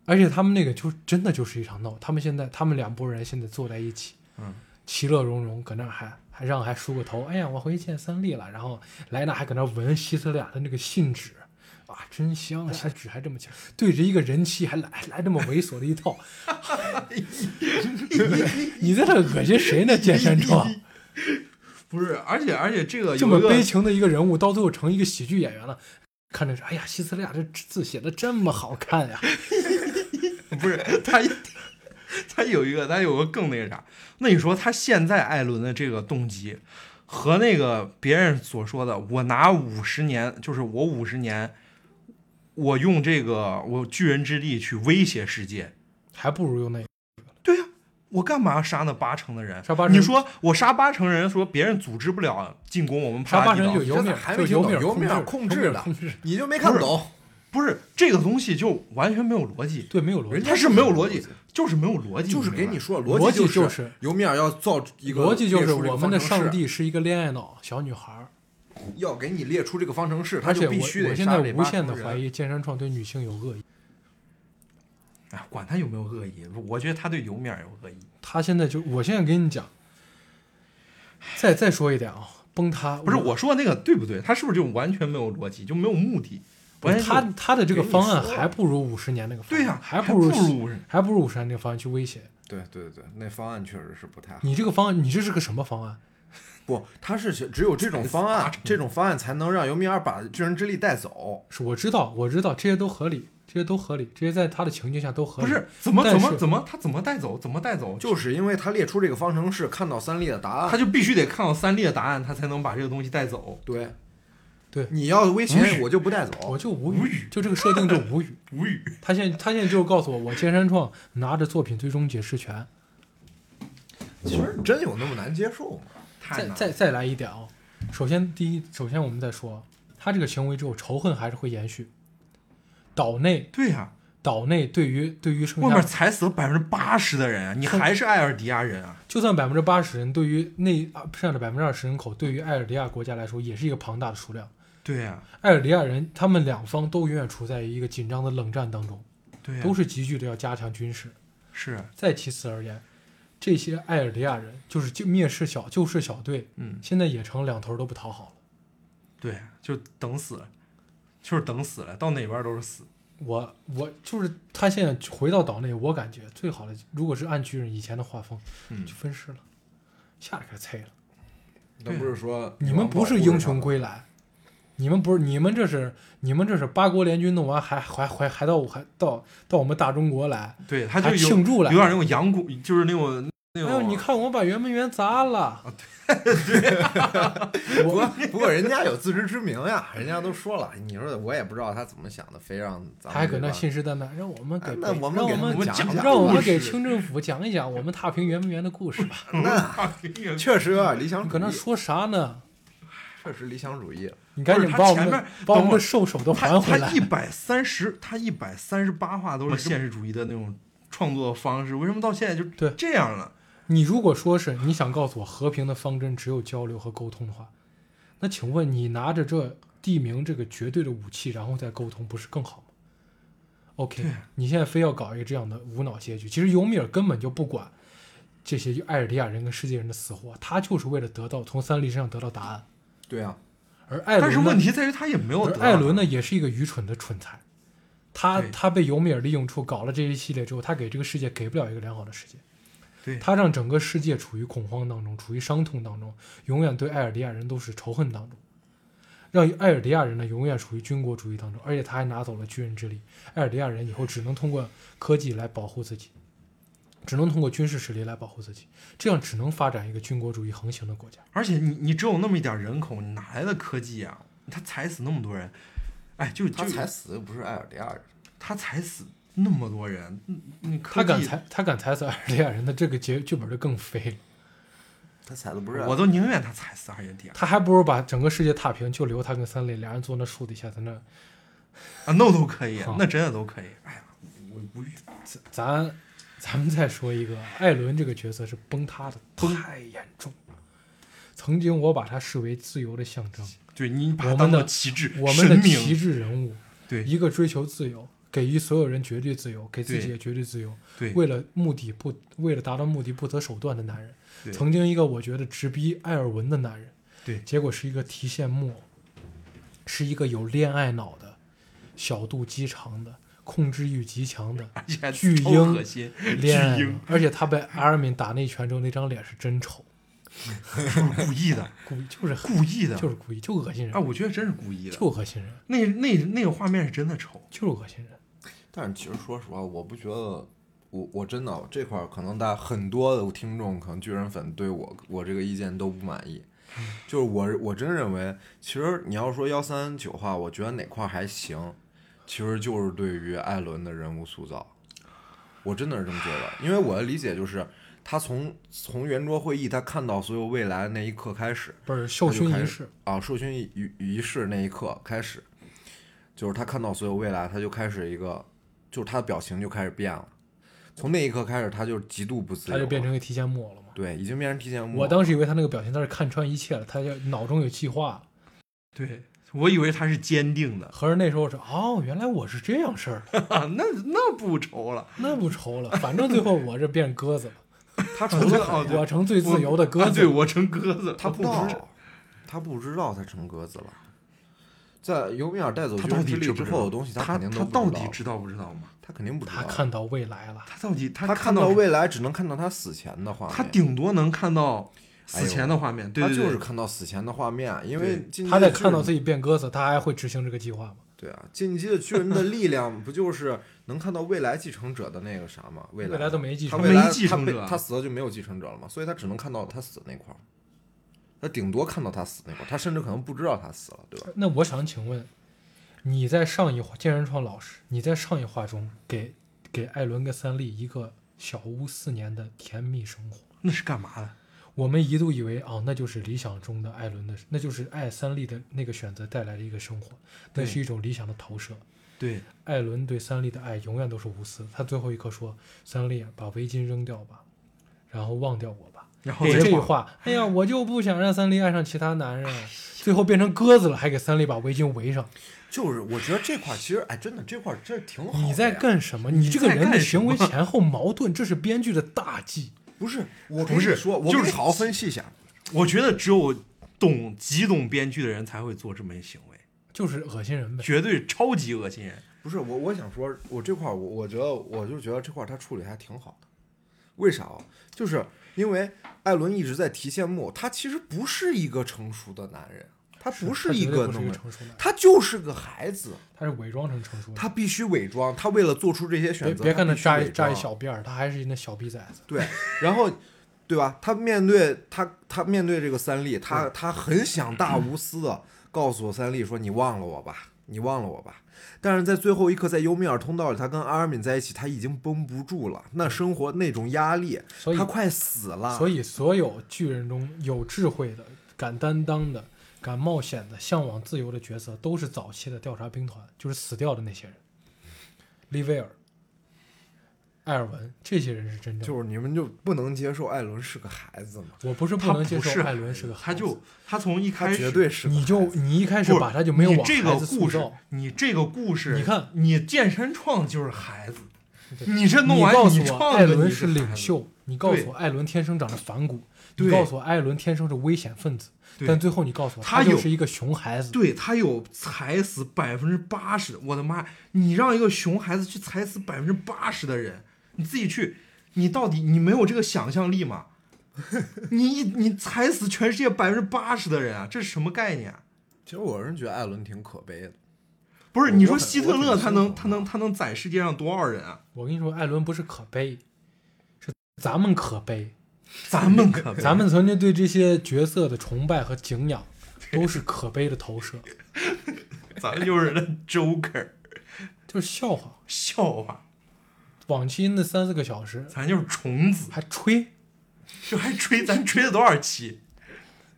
S3: 而且他们那个就真的就是一场闹，他们现在他们两拨人现在坐在一起，
S5: 嗯，
S3: 其乐融融，搁那儿还还让还梳个头，哎呀，我回去见三笠了，然后莱纳还搁那儿闻希斯俩的那个信纸，啊，真香啊，信纸还这么
S5: <laughs>
S3: 香，对着一个人妻还来还来这么猥琐的一套，你你在这恶心谁呢？健
S5: <laughs>
S3: 身壮
S5: 不是，而且而且这个
S3: 这
S5: 有
S3: 么
S5: 一个
S3: 悲情的一个人物，到最后成一个喜剧演员了。看着是，哎呀，希斯利亚这字写的这么好看呀！
S5: <laughs> 不是他，他有一个，他有个更那个啥。那你说他现在艾伦的这个动机，和那个别人所说的“我拿五十年”，就是我五十年，我用这个我巨人之力去威胁世界，
S3: 还不如用那个。
S5: 我干嘛要杀那八成的人？
S3: 杀八成
S5: 你说我杀八成人，说别人组织不了进攻我们帕
S3: 沙
S5: 拉
S3: 巴
S5: 地
S3: 神
S5: 岛
S3: 就，尤米尔，
S4: 还没
S3: 就
S4: 听
S3: 尤
S4: 懂
S3: 米尔
S4: 尤米尔
S3: 控
S4: 控
S3: 制
S4: 制的
S3: 控制。
S4: 你就没看懂，
S5: 不是这个东西就完全没有逻辑，
S3: 对，没有逻
S4: 人
S3: 辑，
S4: 家
S5: 它是没有逻辑，就是没有逻辑，
S4: 就是
S5: 明白
S4: 给你说
S3: 逻
S4: 逻
S3: 辑
S4: 就
S3: 就是
S4: 尤米尔要造一个
S3: 逻辑就
S4: 列
S3: 是
S4: 出这个
S3: 我们的
S4: 方程式
S3: 上帝是一个恋爱脑小女孩儿，
S4: 要给你列出这个方程式，他
S3: 而且
S4: 就
S3: 我
S4: 必须得
S3: 我现
S4: 杀
S3: 在
S4: 这
S3: 无
S4: 八
S3: 限的
S4: 重人
S3: 怀，疑剑山创对女性有恶意，
S5: 哎，管他有没有恶意，我觉得他对尤米尔有恶意。
S3: 他现在就我现在跟你讲，再再说一点啊，崩塌
S5: 不是我说那个对不对？他是不是就完全没有逻辑，就没有目的？完全就
S3: 他他的这个
S4: 给你
S3: 方案
S4: 说
S3: 还不如五十年那个方案，
S5: 对呀、
S3: 还
S5: 不
S3: 不如
S5: 如
S3: 还不如五十年那个方案去威胁
S4: 对对对，那方案确实是不太好。
S3: 你这个方案，你这是个什么方案？
S4: 不，他是只有这种方案，这种方案才能让尤米尔把巨人之力带走。
S3: 是我知道，我知道这些都合理，这些都合理，这些在他的情境下都合
S5: 不
S3: 理。
S5: 是怎么
S3: 但
S5: 怎
S3: 是
S5: 么怎么他怎么带走？怎么带走？
S4: 就是因为他列出这个方程式，看到三粒的答
S5: 他
S4: 案，
S5: 就必须得看到三列答案，他才能把这个东西带走。
S4: 对
S3: 对
S4: 你要威胁我就不带走
S3: 我。就无语，
S5: 哦无语
S3: 就这个设定就无
S5: <laughs>
S3: 语。
S5: 无语。
S3: 他现他现在就是告诉我，我剑山创拿着作品最终解释权。
S4: 其实真有那么难接受吗？
S5: 太
S3: 再
S5: 难
S3: 再
S5: 了，
S3: 再来一点啊、首先第一，首先我们再说，他这个行为之后，仇恨还是会延续。岛内
S5: 对呀、
S3: 岛内对于对于剩
S5: 外面
S3: 下，
S5: 踩死了百分之八十的人啊，你还是艾尔迪亚人啊？
S3: 就算百分之八十人，对于那啊剩下的百分之二十人口，对于艾尔迪亚国家来说，也是一个庞大的数量。
S5: 对呀、
S3: 艾尔迪亚人他们两方都永远处在一个紧张的冷战当中，
S5: 对呀、
S3: 都是急剧的要加强军事。
S5: 是啊
S3: 再其次而言，这些艾尔迪亚人就是就蔑视小旧视小队，
S5: 嗯，
S3: 现在也成两头都不讨好了。
S5: 对，啊就等死了，就是等死了，到哪边都是死。
S3: 我我就是他现在回到岛内，我感觉最好的如果是按巨人以前的画风，
S5: 嗯
S3: 就分尸了，下来开菜了。
S4: 那不是说
S3: 啊你们不是英雄归来，你们不是你们这是你们这是八国联军弄完还还还还到我还到到我们大中国来，
S5: 对，他就
S3: 还
S5: 有
S3: 庆祝来
S5: 有。点那种阳光，就是那种那种。
S3: 哎呦，你看我把圆明园砸了，
S5: 哦
S3: <laughs>
S4: 不过不过人家有自知之明呀，人家都说了，你说我也不知道他怎么想的，非让咱们
S3: 他还搁那
S4: 这帮
S3: 信誓旦旦，让我们给
S4: 哎
S3: 北、
S4: 那我
S3: 让
S4: 们给
S3: 我
S4: 他
S3: 们
S4: 们
S5: 讲
S4: 讲
S5: 一下
S4: 讲
S3: 让我
S4: 故
S3: 们
S4: 事
S3: 给清政府讲一讲我们踏平圆明园的故事吧。
S4: 那
S5: <laughs>
S4: 确实有点理想
S3: 你
S4: 主
S3: 搁
S4: <laughs>
S3: 那
S4: 义，
S3: 说啥呢？
S4: 确实理想主义。
S3: 你赶紧
S5: 不是他
S3: 把我们
S5: 前
S3: 的
S5: 面
S3: 把我们
S5: 等会
S3: 的
S5: 儿
S3: 兽首
S4: <laughs>
S3: 都
S5: 他
S3: 还回
S5: 他
S3: 来
S5: 一。百三十，他一百三十八话都是现实主义的那种创作方式，为什么到现在就
S3: 对
S5: 这样了？
S3: 你如果说是你想告诉我和平的方针只有交流和沟通的话，那请问你拿着这地名这个绝对的武器，然后再沟通，不是更好吗？OK，
S5: 对
S3: 你现在非要搞一个这样的无脑结局，其实尤米尔根本就不管这些艾尔迪亚人跟世界人的死活，他就是为了得到从三笠身上得到答案。
S4: 对啊，
S3: 而艾伦呢，
S5: 但是问题在于他也没有
S3: 而
S5: 得
S3: 艾伦
S5: 呢，
S3: 呢，也是一个愚蠢的蠢材。他
S5: 对
S3: 他被尤米尔利用处搞了这一系列之后，他给这个世界给不了一个良好的世界。
S5: 对
S3: 他让整个世界处于恐慌当中，处于伤痛当中，永远对艾尔迪亚人都是仇恨当中，让艾尔迪亚人呢永远处于军国主义当中，而且他还拿走了巨人之力。艾尔迪亚人以后只能通过科技来保护自己，只能通过军事实力来保护自己，这样只能发展一个军国主义横行的国家。
S5: 而且你你只有那么一点人口，你哪来的科技啊？他踩死那么多人，哎，就
S4: 他
S5: 就
S4: 才死又不是艾尔迪亚人，
S5: 他踩死那么多人，嗯你科
S3: 他敢
S5: 技，
S3: 踩他敢踩死艾尔迪亚人的这个结剧本就更飞了。
S4: 他踩的不是艾尔
S5: 我都宁愿他踩死二人点
S3: 他还不如把整个世界踏平，就留他跟三笠俩人坐那树底下，在那
S5: 啊，那都可以
S3: 好，
S5: 那真的都可以。哎呀，我无语，
S3: 咱咱咱们再说一个，艾伦这个角色是崩塌的太严重了。曾经我把他视为自由的象征，
S5: 对你把
S3: 我
S5: 他
S3: 们
S5: 当做
S3: 的
S5: 旗帜，
S3: 我们
S5: 神
S3: 的
S5: 明
S3: 旗帜人物，
S5: 对
S3: 一个追求自由，给予所有人绝对自由，给自己
S5: 对
S3: 也绝对自由，
S5: 对 <laughs>
S3: 为了目的不为了达到目的不择手段的男人，
S5: 对
S3: 曾经一个我觉得直逼艾尔文的男人，
S5: 对
S3: 结果是一个提线木偶，是一个有恋爱脑的、小肚鸡肠的、控制欲极强的
S5: 而且还
S3: 巨
S5: 超
S3: 婴
S5: 恶心，巨
S3: 恋爱脑
S5: 婴，
S3: 而且他被阿尔敏打那一拳之后，那张脸是真丑，
S5: 是不是故意的？
S3: 故意就是很
S5: 故意
S3: <laughs>
S5: 的，
S3: 就是故意，就恶心人，
S5: 啊，我觉得真是故意的。
S3: 就恶心人，
S5: 那那那个画面是真的丑，
S3: 就是恶心人。
S4: 但是其实说实话，我不觉得，我我真的这块儿可能大家很多的听众，可能巨人粉对我我这个意见都不满意。就是我我真认为，其实你要说幺三九话，我觉得哪块儿还行，其实就是对于艾伦的人物塑造，我真的是这么觉得。因为我的理解就是，他从从圆桌会议他看到所有未来那一刻开始，
S3: 不是授
S4: 他就
S3: 勋
S4: 开
S3: 仪
S4: 始
S3: 式，
S4: 啊授勋仪仪式那一刻开始，就是他看到所有未来，他就开始一个，就是他的表情就开始变了。从那一刻开始，他就极度不自
S3: 他
S4: 由了，
S3: 就
S5: 啊
S3: 变成一个提线木偶了嘛。
S4: 对，已经变成提线
S5: 嗯
S4: 木偶。
S3: 我当时以为他那个表情他是看穿一切了，他就脑中有计划。
S5: 对我以为他是坚定的，
S3: 合着那时候是哦，原来我是这样事儿，
S5: 啊、那那不愁了，
S3: 那不愁了，反正最后我这变鸽子了，
S4: 他除
S5: 除
S4: 了
S5: 了哦对
S3: 我成最自由的鸽
S5: 啊
S3: 子。
S5: 对我成鸽子了，
S4: 他
S5: 不
S4: 不
S5: 知
S4: 知
S5: 道
S4: 道，他不知道他成鸽子了。在尤米尔带走
S5: 他
S4: 军
S5: 到
S4: 人
S5: 底
S4: 之
S5: 知
S4: 力
S5: 不
S4: 之
S5: 知道
S4: 后的东西，
S5: 他
S4: 肯定
S5: 他
S4: 都
S5: 到
S4: 不
S5: 底
S4: 知
S5: 知
S4: 道，
S5: 道不知道吗？
S4: 他肯定不知道。
S3: 他看到未来了，
S5: 他到底他
S4: 他
S5: 看
S4: 看
S5: 到
S4: 到未来只能看到他死前的画面，
S5: 他顶多能看到死前的画面，对
S4: 哎他
S5: 对对，
S4: 就是看到死前的画面，因为进击
S3: 他
S4: 的
S3: 在
S4: 巨
S3: 看到
S4: 人
S3: 自己变鸽子，他还会执行这个计划吗？
S4: 对啊，进击的巨人的力量不就是能看到未来继承者的那个啥吗？未来
S3: 未来都没继
S4: 他
S3: 承
S5: 他
S4: 未来
S5: 没继承者啊
S4: 他被他死了就没有继承者了嘛，所以他只能看到他死那块儿，他顶多看到他死那块儿，他甚至可能不知道他死了，对吧？
S3: 那我想请问，你在上一话，健身创老师，你在上一话中给给艾伦跟三笠一个小屋四年的甜蜜生活，
S5: 那是干嘛的？
S3: 我们一度以为哦，那就是理想中的艾伦的，那就是爱三笠的那个选择带来的一个生活，那
S5: 对
S3: 是一种理想的投射。
S5: 对，
S3: 艾伦对三笠的爱永远都是无私，他最后一刻说：“三笠，把围巾扔掉吧，然后忘掉我吧。”
S5: 然
S4: 哦
S5: 后
S3: 给
S5: 再
S3: 这句
S5: 放
S4: <laughs>
S3: 话，哎呀，我就不想让三笠爱上其他男
S4: 哎
S3: 人，最后变成鸽子了，还给三笠把围巾围上。
S4: 就是我觉得这块儿其实哎，真的这块儿这挺好的呀。
S3: 你在干什么？你这个
S5: 在
S3: 人的
S5: 干
S3: 行
S5: 什
S3: 为
S4: <laughs>
S5: 么
S3: 前后矛盾，这是编剧的大忌。
S4: 不是我
S5: 不是
S4: 跟你说，我
S5: 就
S4: 给你
S5: 是
S4: 好好分析一下，
S5: 我觉得只有懂极懂编剧的人才会做这么一行为，
S3: 就是恶心人呗，
S5: 绝对超级恶心人。
S4: 不是我我想说，我这块儿我我觉得我就觉得这块儿他处理还挺好的，为啥啊？就是因为艾伦一直在提线木偶，他其实不是一个成熟的男人，他不
S3: 他
S4: 一
S3: 绝对
S4: 个
S3: 不是
S4: 能
S3: 一个
S4: 人，
S3: 成熟男人，
S4: 他就是个孩子，
S3: 他是伪装成成熟人。
S4: 他必须伪装，他为了做出这些选
S3: 别
S4: 择，
S3: 别看他
S4: 他必须
S3: 扎一
S4: 伪
S3: 扎一
S4: 装
S3: 小辫儿，他还是那小逼崽子。
S4: 对，然后对吧？他面对他他面对这个三笠，他他很想大无私的 <coughs> 告诉三笠说：“你忘了我吧，你忘了我吧。”但是在最后一刻，在尤米尔通道里，他跟阿尔敏在一起，他已经绷不住了，那生活那种压力，
S3: 所以
S4: 他快死了。
S3: 所以，所有巨人中有智慧的、敢担当的、敢冒险的、向往自由的角色，都是早期的调查兵团，就是死掉的那些人。利威尔、艾尔文，这些人是真正的。
S4: 就是你们就不能接受艾伦是个孩子吗？
S3: 我不是不
S5: 他
S3: 能接
S5: 不
S3: 受
S5: 是
S3: 艾伦是个
S5: 他
S3: 孩子，
S5: 就他从一开
S4: 他
S5: 始
S4: 绝对是个
S3: 你就
S4: 孩子
S3: 你一开始
S5: 不
S3: 把他就没有
S5: 你
S3: 往
S5: 这
S3: 孩
S5: 个
S3: 子塑
S5: 故事
S3: 造。，
S5: 你这个故事，
S3: 你看
S5: 你健身创就是孩子，
S3: 对
S5: 你这弄
S3: 你
S5: 完
S3: 告诉
S5: 你
S3: 我，
S5: 创
S3: 艾
S5: 的
S3: 伦
S5: 你
S3: 是
S5: 孩
S3: 领
S5: 子，
S3: 袖，你告诉
S5: 对
S3: 我，艾伦天生长着反骨，你
S5: 对
S3: 告诉我，艾伦天生是危险分子，
S5: 对
S3: 但最后你告诉我，
S5: 他
S3: 就
S5: 有
S3: 是一个熊孩子。
S5: 对他有踩死百分之八十，我的妈！你让一个熊孩子去踩死百分之八十的人，你自己去，你到底你没有这个想象力吗？你一你踩死全世界百分之八十的人啊，这是什么概念、啊？
S4: 其实我是觉得艾伦挺可悲的，
S5: 不是
S4: 我
S5: 你说
S4: 我很
S5: 希
S4: 我
S5: 特
S4: 挺
S5: 勒他
S4: 心疼
S5: 能他
S3: 啊
S5: 能他能宰世界上多少人啊？
S3: 我跟你说，艾伦不是可悲，是咱们可悲。
S5: 咱们可
S3: 咱们曾经对这些角色的崇拜和敬
S5: <laughs>
S3: 仰，都是可悲的投射，
S5: 咱们就是那 Joker
S3: 就是笑话。
S5: 笑话，
S3: 往期那三四个小时
S5: 咱就是虫子，
S3: 还吹，
S5: 这还吹咱吹了多少期？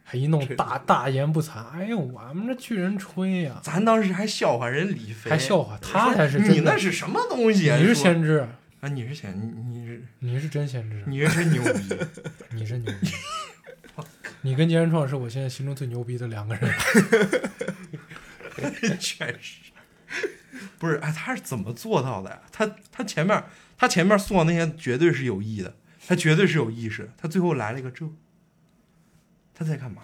S3: 还一弄大大言不惭。哎呦，我们这巨人吹呀、
S5: 咱当时还笑话人李飞，
S3: 还笑话他才是真
S5: 你
S3: 的
S5: 那是什么东西啊？
S3: 你是
S5: 说
S3: 先知，
S5: 啊，你是想你你是
S3: 你是真先知，
S5: 你是真牛逼，
S3: <laughs> 你是牛逼。你跟杰人创是我现在心中最牛逼的两个人。 <laughs>
S5: 确实。不是，哎，他是怎么做到的呀？他他前面他前面塑造那些绝对是有意的，他绝对是有意识的。他最后来了一个这，他在干嘛？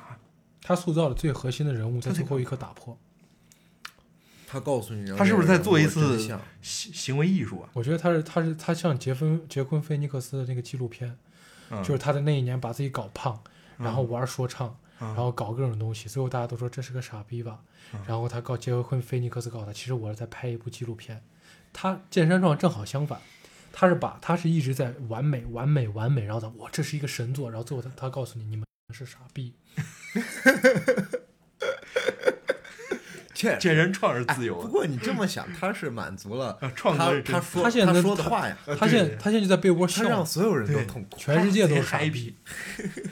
S3: 他塑造的最核心的人物，在
S5: 他这
S3: 最
S5: 个
S3: 后一刻打破。
S4: 他告诉你，
S5: 他是不是在做一
S4: 人
S5: 次
S4: 真相
S5: 行行为艺术啊？
S3: 我觉得他是他是他像杰芬杰昆菲尼克斯的那个纪录片，
S5: 嗯
S3: 就是他在那一年把自己搞胖，然后玩说唱，
S5: 嗯嗯
S3: 然后搞各种东西，最后大家都说这是个傻逼吧。然后他告杰昆菲尼克斯告诉他，其实我是在拍一部纪录片。他健身创正好相反，他是把他是一直在完美完美完美，然后他我这是一个神作，然后最后他他告诉你你们是傻逼，
S4: 确实
S5: 这人创是自由
S4: 哎不
S5: 的，
S4: 过你这么想，他是满足了
S5: 啊创作
S4: 他
S5: 是真
S4: 他说
S3: 他现在
S4: 说的话呀，
S5: 啊
S3: 他现在他现在就在被窝
S4: 他
S3: 笑
S4: 让，所有人都痛苦。哎
S3: 全世界都是傻逼
S5: 嗨皮，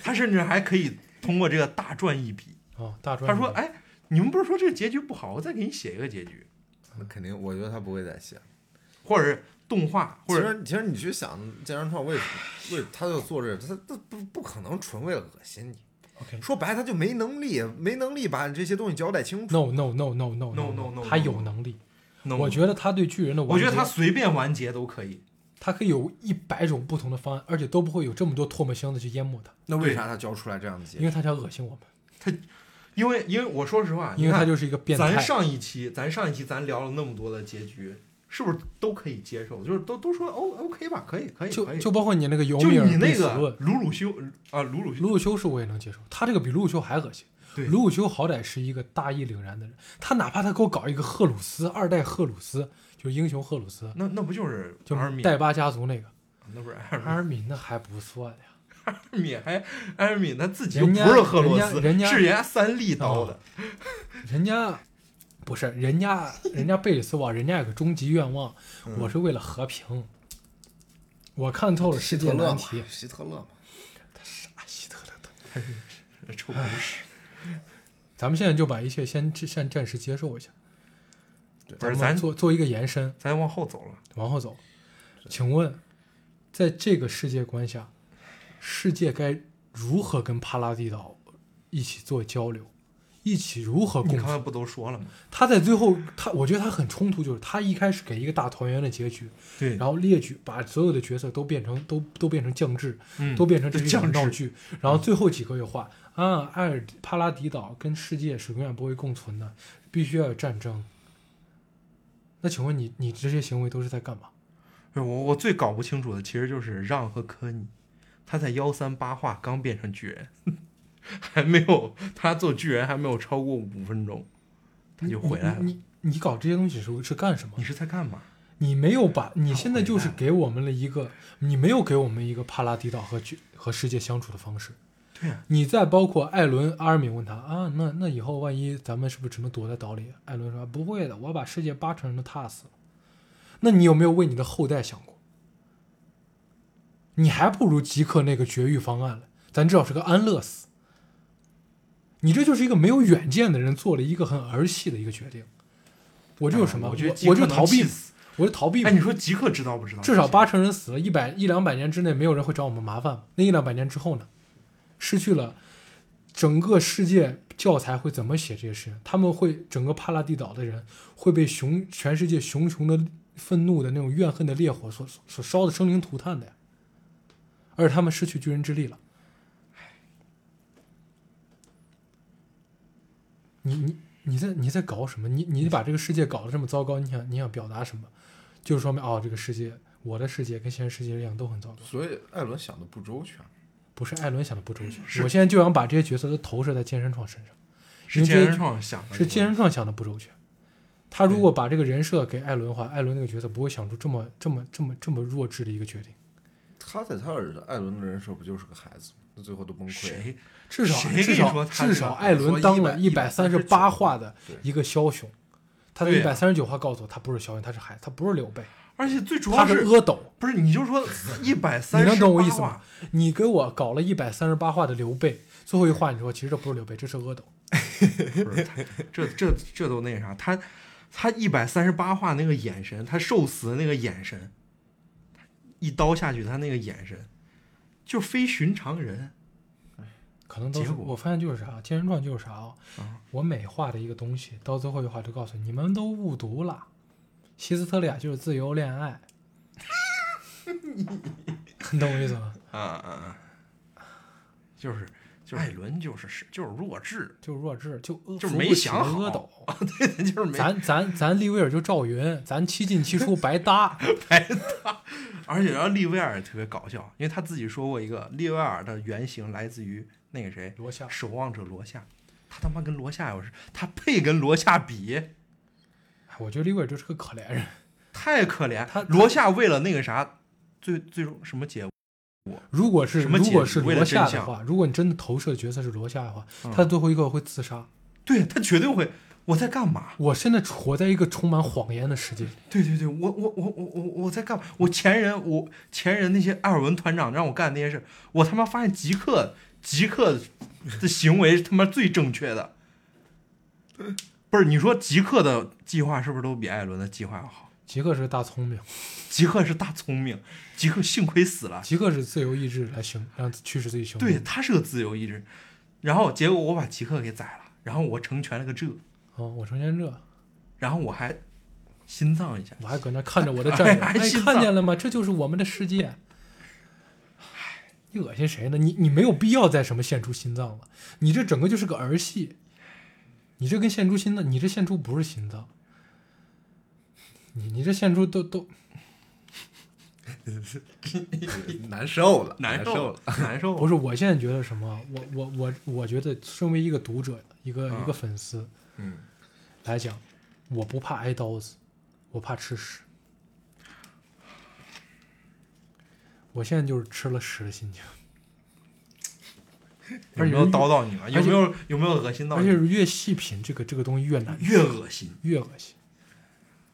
S5: 他甚至还可以通过这个大赚一笔。
S3: 啊、大专
S5: 哎他说：“哎，你们不是说这个结局不好，我再给你写一个结局。
S3: 啊、
S4: 那肯定，我觉得他不会再写。
S5: 或者是动画，
S4: 其
S5: 或者
S4: 实，其实你去想，健身创为什么为他就做这个，他他不不可能纯为了恶心你。
S3: OK
S4: 说白，了，他就没能力，没能力把你这些东西交代清楚。
S3: No no no no no
S5: No, no, no,
S3: 他
S5: no,
S3: 有
S5: no.
S3: 能力。
S5: 能
S3: 我觉得他对巨人的完
S5: 我
S3: 结，
S5: 觉得他随便完结都可以。
S3: 他可以有一百种不同的方案，而且都不会有这么多唾沫星子去淹没他，
S4: 那为
S5: 对
S4: 啥他交出来这样的结
S3: 因
S4: 果？
S3: 为他想恶心我们，
S5: 因为因为我说实话，
S3: 因为
S5: 你
S3: 他
S5: 看
S3: 就是一个变态。
S5: 咱上一期，咱上一期咱聊了那么多的结局，是不是都可以接受？就是都都说 O OK 吧，可以可以可
S3: 就
S5: 以。
S3: 就包括你那个尤
S5: 就
S3: 米尔
S5: 你那
S3: 必死
S5: 个
S3: 论，
S5: 鲁鲁修啊，鲁鲁修
S3: 鲁鲁修是我也能接受，他这个比鲁鲁修还恶心。
S5: 对
S3: 鲁鲁修好歹是一个大义凛然的人，他哪怕他给我搞一个赫鲁斯二代赫鲁斯，就是英雄赫鲁斯，
S5: 那那不就是
S3: 就
S5: 阿尔米？
S3: 代巴家族那个
S5: 那不是阿尔
S3: 阿
S5: 米
S3: 尔敏，那还不算呀。
S5: 阿尔米还阿尔米他自己又
S3: 人
S5: 不
S3: 家
S5: 是赫罗斯，
S3: 人家人家哦
S5: 是人家三立刀的。
S3: 人家不是人家，人家贝里斯王，人家有个终极愿望，我是为了和平。我看透了世
S4: 希
S3: 界
S4: 特勒
S3: 难
S4: 嘛
S3: 题，，
S4: 希特勒嘛，
S3: 啊，希特勒的。
S5: 臭狗
S3: 哎
S5: 屎！
S3: 咱们现在就把一切先先暂时接受一下，
S5: 不是
S3: 咱们
S5: 咱
S3: 做做一个延伸，
S5: 咱往后走了，
S3: 往后走。请问，在这个世界观下，世界该如何跟帕拉蒂岛一起做交流，一起如何
S5: 你
S3: 共
S5: 刚才
S3: 存？
S5: 不都说了吗？
S3: 他在最后，他我觉得他很冲突，就是他一开始给一个大团圆的结局，
S5: 对，
S3: 然后列举把所有的角色都变成都都变成降智，
S5: 嗯
S3: 都变成这
S5: 对
S3: 是一
S5: 降
S3: 场闹
S5: 智
S3: 剧，然
S5: 嗯
S3: 后最后几个又画啊，艾尔帕拉迪岛跟世界是永远不会共存的，必须要有战争。那请问你你这些行为都是在干嘛？
S5: 我我最搞不清楚的其实就是让和科尼，他在幺三八话刚变成巨人， <laughs> 还没有他做巨人还没有超过五分钟，他就回来了。
S3: 你你你你搞这些东西是是干什么
S5: 你？是在干嘛？
S3: 你没有把你现在就
S5: 回
S3: 是
S5: 来了
S3: 给我们了一个，你没有给我们一个帕拉迪岛和去和世界相处的方式。
S5: 对啊呀、
S3: 你再包括艾伦、阿尔敏问他啊，那那以后万一咱们是不是只能躲在岛里？艾伦说不会的，我把世界八成人都踏死了。那你有没有为你的后代想过？你还不如极客那个绝育方案了，咱至少是个安乐死。你这就是一个没有远见的人做了一个很儿戏的一个决定。我这有什么？
S5: 哎
S3: 我
S5: 我觉得极
S3: 我
S5: 客
S3: 就
S5: 能
S3: 逃
S5: 气
S3: 避
S5: 死，
S3: 我就逃避嘛。
S5: 哎，你说极客知道不知道？
S3: 至少八成人死了，一百一两百年之内没有人会找我们麻烦吗。那一两百年之后呢？失去了整个世界教材会怎么写这些事情？他们会整个帕拉地岛的人会被熊全世界熊熊的愤怒的那种怨恨的烈火所所所烧的生灵涂炭的呀。而他们失去巨人之力了。你你你在你在搞什么？你你把这个世界搞得这么糟糕，你想你想表达什么？就是说明哦，这个世界，我的世界跟现实世界一样都很糟糕。
S4: 所以艾伦想的不周全。
S3: 不是艾伦想的不周
S5: 是
S3: 全，我现在就想把这些角色都投射在健身创身上。
S5: 是健身创想的，
S3: 是健身创想的不周全。他如果把这个人设给艾伦的话，艾伦那个角色不会想出这么这么这么这么弱智的一个决定。
S4: 他在他儿子艾伦的人设不就是个孩子吗？那最后都崩溃了。
S5: 谁？
S3: 至少
S5: 谁跟你
S3: 至少
S5: 说他这
S3: 至
S5: 个
S3: 少艾伦当了
S4: 说
S3: 一
S4: 100
S3: 百三十八话的
S4: 对
S3: 一个枭雄，他在
S5: 对
S3: 一
S5: 呀
S3: 百三十九话告诉我他不是枭雄，他是海，他不是刘备，
S5: 而且最主
S3: 他
S5: 要
S3: 是
S5: 是
S3: 阿斗。
S5: 不是？你就
S3: <laughs>
S5: 说一百
S3: 你
S5: 三
S3: 能
S5: 十
S3: 懂我意
S5: 八
S3: 思吗
S5: 话，？
S3: 你给我搞了一百三十八话的刘备，最后一话你说其实这不是刘备，这是阿斗。
S5: 不是他这这这都那啥，他他一百三十八话那个眼神，他受死的那个眼神，一刀下去，他那个眼神就非寻常人。
S3: 可能都是
S5: 结果
S3: 我发现就是啥，健身状就是啥啊、
S5: 啊
S3: 我美化的一个东西，到最后一话就告诉你你们都误读了，希斯特利亚就是自由恋爱， <laughs> 你懂我意思吗？
S5: 啊啊啊！就是就是艾伦就是是就是弱智， <laughs>
S3: 就弱智，就阿
S5: 就是
S3: 扶不
S5: 没
S3: 起
S5: 想好
S3: 阿斗，
S5: 就是没。
S3: 咱咱咱利威尔就赵云，咱七进七出白搭，
S5: 而且然后利威尔也特别搞笑，因为他自己说过一个利威尔的原型来自于那个谁，
S3: 罗夏
S5: 守望者罗夏。他他妈跟罗夏有事，他配跟罗夏比？
S3: 哎我觉得利威尔就是个可怜人，
S5: 太可怜。
S3: 他
S5: 罗夏为了那个啥，最最终什么结果？
S3: 如果是
S5: 什么
S3: 如果
S5: 解
S3: 是
S5: 为了
S3: 罗夏
S5: 真
S3: 的
S5: 相
S3: 话，如果你真的投射角色是罗夏的话，
S5: 嗯
S3: 他最后一刻会自杀。
S5: 对他绝对会，我在干嘛？
S3: 我现在活在一个充满谎言的世界里，
S5: 对对对，我我我我我我在干嘛？我前人我前人那些艾尔文团长让我干的那些事，我他妈发现极客极客的行为是他妈最正确的。不是你说极客的计划是不是都比艾伦的计划要好？
S3: 极客是个大聪明，
S5: 极客是大聪明，极客幸亏死了，
S3: 极客是自由意志来行让驱使自己行动。
S5: 对，他是个自由意志。然后结果我把极客给宰了，然后我成全了个这，
S3: 哦，我成天这，
S5: 然后我还心脏一下，
S3: 我还搁那看着我的战友，
S5: <laughs> 还
S3: 哎，
S5: 心
S3: 看
S5: 脏
S3: 见了吗？这就是我们的世界。你恶心谁呢？你你没有必要再什么献出心脏了，你这整个就是个儿戏，你这跟献出心脏，你这献出不是心脏，你你这献出都都
S4: 难受了，
S5: 难
S4: 受
S5: 受
S4: 了。，
S5: 难 <laughs> 受
S3: 不
S5: 了。
S3: 是，我现在觉得什么？我我我我觉得，身为一个读者，一个、一个粉丝，
S4: 嗯，
S3: 来讲，我不怕挨刀子，我怕吃屎。我现在就是吃了屎的心情，
S5: <laughs> 有没有叨叨你了？
S3: 而
S5: 有
S3: 且
S5: 没有有没有恶心到
S3: 而
S5: 你
S3: 且？越细品这个这个东西越难，
S5: 越恶心，
S3: 越恶心。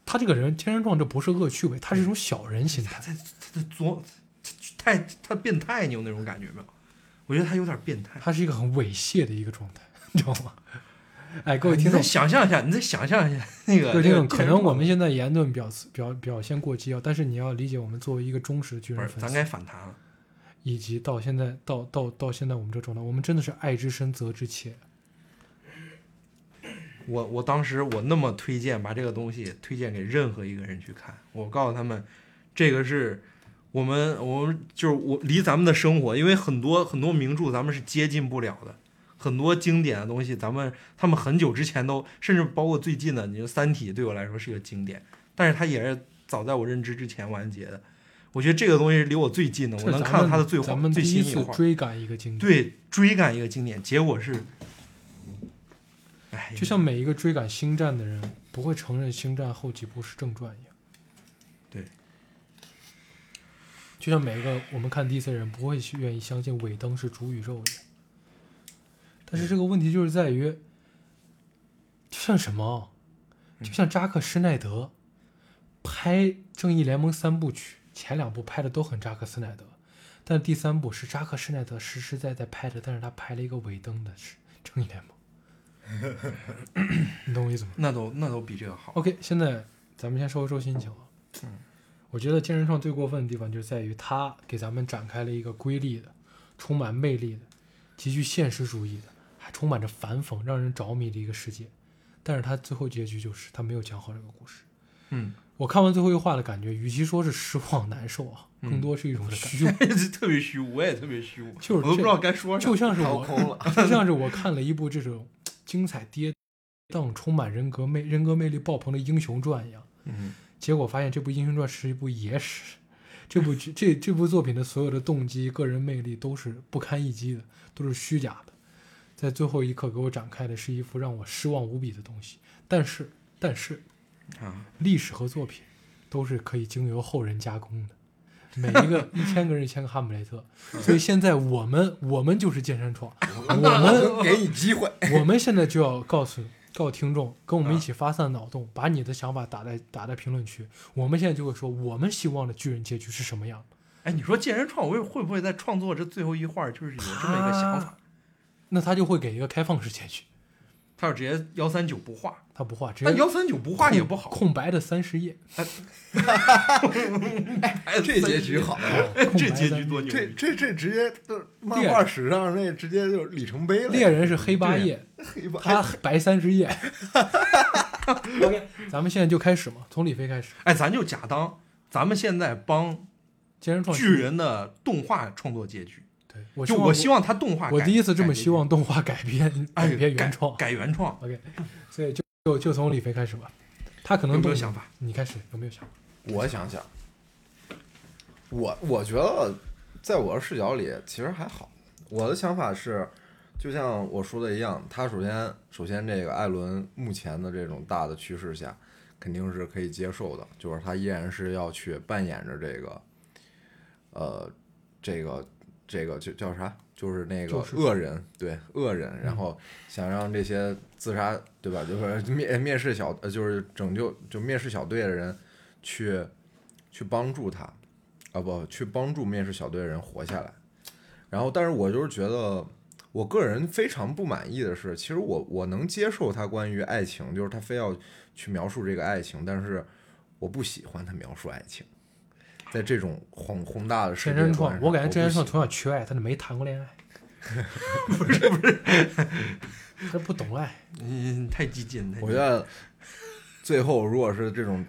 S3: 他这个人天生壮，这不是恶趣味，他是一种小人心态。
S5: 他作太他变态，你有那种感觉没有？我觉得他有点变态。
S3: 他是一个很猥亵的一个状态，你知道吗？哎，各位
S5: 你
S3: 听众
S5: 再，想象一下，你再想象一下那个
S3: 各位听众，
S5: 那个
S3: 可能我们现在言论表词表表现过激啊，但是你要理解，我们作为一个忠实的军
S5: 不
S3: 人
S5: 是，
S3: 粉
S5: 咱
S3: 丝，
S5: 该反弹了。
S3: 以及到现在到到到现在我们这状态，我们真的是爱之深责之切。
S5: 我我当时我那么推荐把这个东西推荐给任何一个人去看，我告诉他们，这个是我们我们就是我离咱们的生活，因为很多很多名著咱们是接近不了的，很多经典的东西咱们他们很久之前都，甚至包括最近的，你说《三体》对我来说是个经典，但是它也是早在我认知之前完结的。我觉得这个东西是离我最近的，我
S3: 这
S5: 能
S3: 咱
S5: 看到
S3: 们
S5: 它的最
S3: 咱
S5: 好
S3: 们
S5: 最
S3: 第
S5: 新
S3: 一
S5: 一
S3: 次
S5: 话。
S3: 追赶一个经典，，
S5: 对追赶一个经典，结果是，哎，
S3: 就像每一个追赶星战的人不会承认星战后几部是正传一样。
S5: 对，
S3: 就像每一个我们看 DC 的人不会去愿意相信尾灯是主宇宙一样。但是这个问题就是在于，就像什么，
S5: 嗯
S3: 就像扎克施耐德拍《正义联盟》三部曲，前两部拍的都很扎克施耐德，但第三部是扎克施耐德实实在在拍的，但是他拍了一个尾灯的是《正义联盟》，你懂我意思吗？
S5: 那都那都比这个好。
S3: OK，现在咱们先收一收心情啊。我觉得健身创最过分的地方就在于他给咱们展开了一个瑰丽的、充满魅力的、极具现实主义的，还充满着反讽、让人着迷的一个世界。但是他最后结局就是他没有讲好这个故事。
S5: 嗯，
S3: 我看完最后一话的感觉，与其说是失望难受啊，更多是一种虚无。
S5: 这 <laughs> 特别虚无，我也特别虚无，
S3: 就是
S5: 我都不
S3: 这
S5: 知道该说啥，
S3: 就像是
S4: 掏
S3: <laughs> 我
S4: 空了，
S3: 就像是我看了一部这种精彩跌宕、充满人格魅人格魅力爆棚的《英雄传》一样。
S5: 嗯，
S3: 结果发现这部《英雄传》是一部野史，这部剧这这部作品的所有的动机、个人魅力都是不堪一击的，都是虚假的。在最后一刻给我展开的是一幅让我失望无比的东西。但是，但是，
S5: 啊，
S3: 历史和作品都是可以经由后人加工的。每一个一千个人，一千个哈姆雷特，所以现在我们我们就是剑山创，我们
S4: 给你机会，
S3: <laughs> 我们现在就要告诉告诉听众，跟我们一起发散脑洞，把你的想法打在打在评论区。我们现在就会说，我们希望的巨人结局是什么样？
S5: <laughs> 哎，你说健身创，我会不会在创作这最后一画儿就是有这么一个想法？
S3: 那他就会给一个开放式结局，
S5: <laughs> 他要直接幺三九不画，
S3: 他不画，直
S5: 但
S3: 接
S5: 幺三九不画也不好，
S3: 空白的三十
S5: <laughs>
S3: 页，
S5: 哎，
S4: <laughs> 这结局好。
S5: 哎，
S3: 啊空白
S5: <laughs> 这
S3: 的
S5: 结局多牛
S4: 这
S5: 逼！
S4: 这这直接都漫
S3: 猎
S4: 画史上那直接就是里程碑了。
S3: 猎人是黑八页，
S4: 黑吧，
S3: 他白三十
S5: <laughs>
S3: 页。OK，咱们现在就开始嘛，从李飞开始。
S5: 哎，咱就假当咱们现在帮
S3: 健身创
S5: 巨，人的动画创作结局，
S3: 对我
S5: 就我希望他动画改，
S3: 我第一次这么
S5: 改结局
S3: 希，望动画改编
S5: 哎，
S3: 改编原创。
S5: 改原创，
S3: OK，所以就就就从李飞开始吧，他可能
S5: 有没有
S3: 动
S5: 想法？
S3: 你开始有没有想法？
S4: 我想想，我我觉得在我的视角里其实还好。我的想法是，就像我说的一样，他首先首先这个艾伦目前的这种大的趋势下，肯定是可以接受的，就是他依然是要去扮演着这个，呃，这个这个就叫啥？就是那个
S3: 就是
S4: 恶人，对恶人，然后想让这些自杀，对吧？就是 <laughs> 灭灭世小，呃就是拯救就灭世小队的人，去去帮助他，啊不，去帮助面试小队的人活下来。然后，但是我就是觉得，我个人非常不满意的是，其实我我能接受他关于爱情，就是他非要去描述这个爱情，但是我不喜欢他描述爱情。在这种宏宏大的世
S3: 郑
S4: 界
S3: 元
S4: 观
S3: 畅，
S4: 上，
S3: 我感觉郑元
S4: 不
S3: 畅
S4: 喜欢
S3: 从小缺爱，他就没谈过恋爱。不是 <laughs> 不是，他不懂爱。
S5: 你太激进，太激进
S4: 我觉得最后如果是这种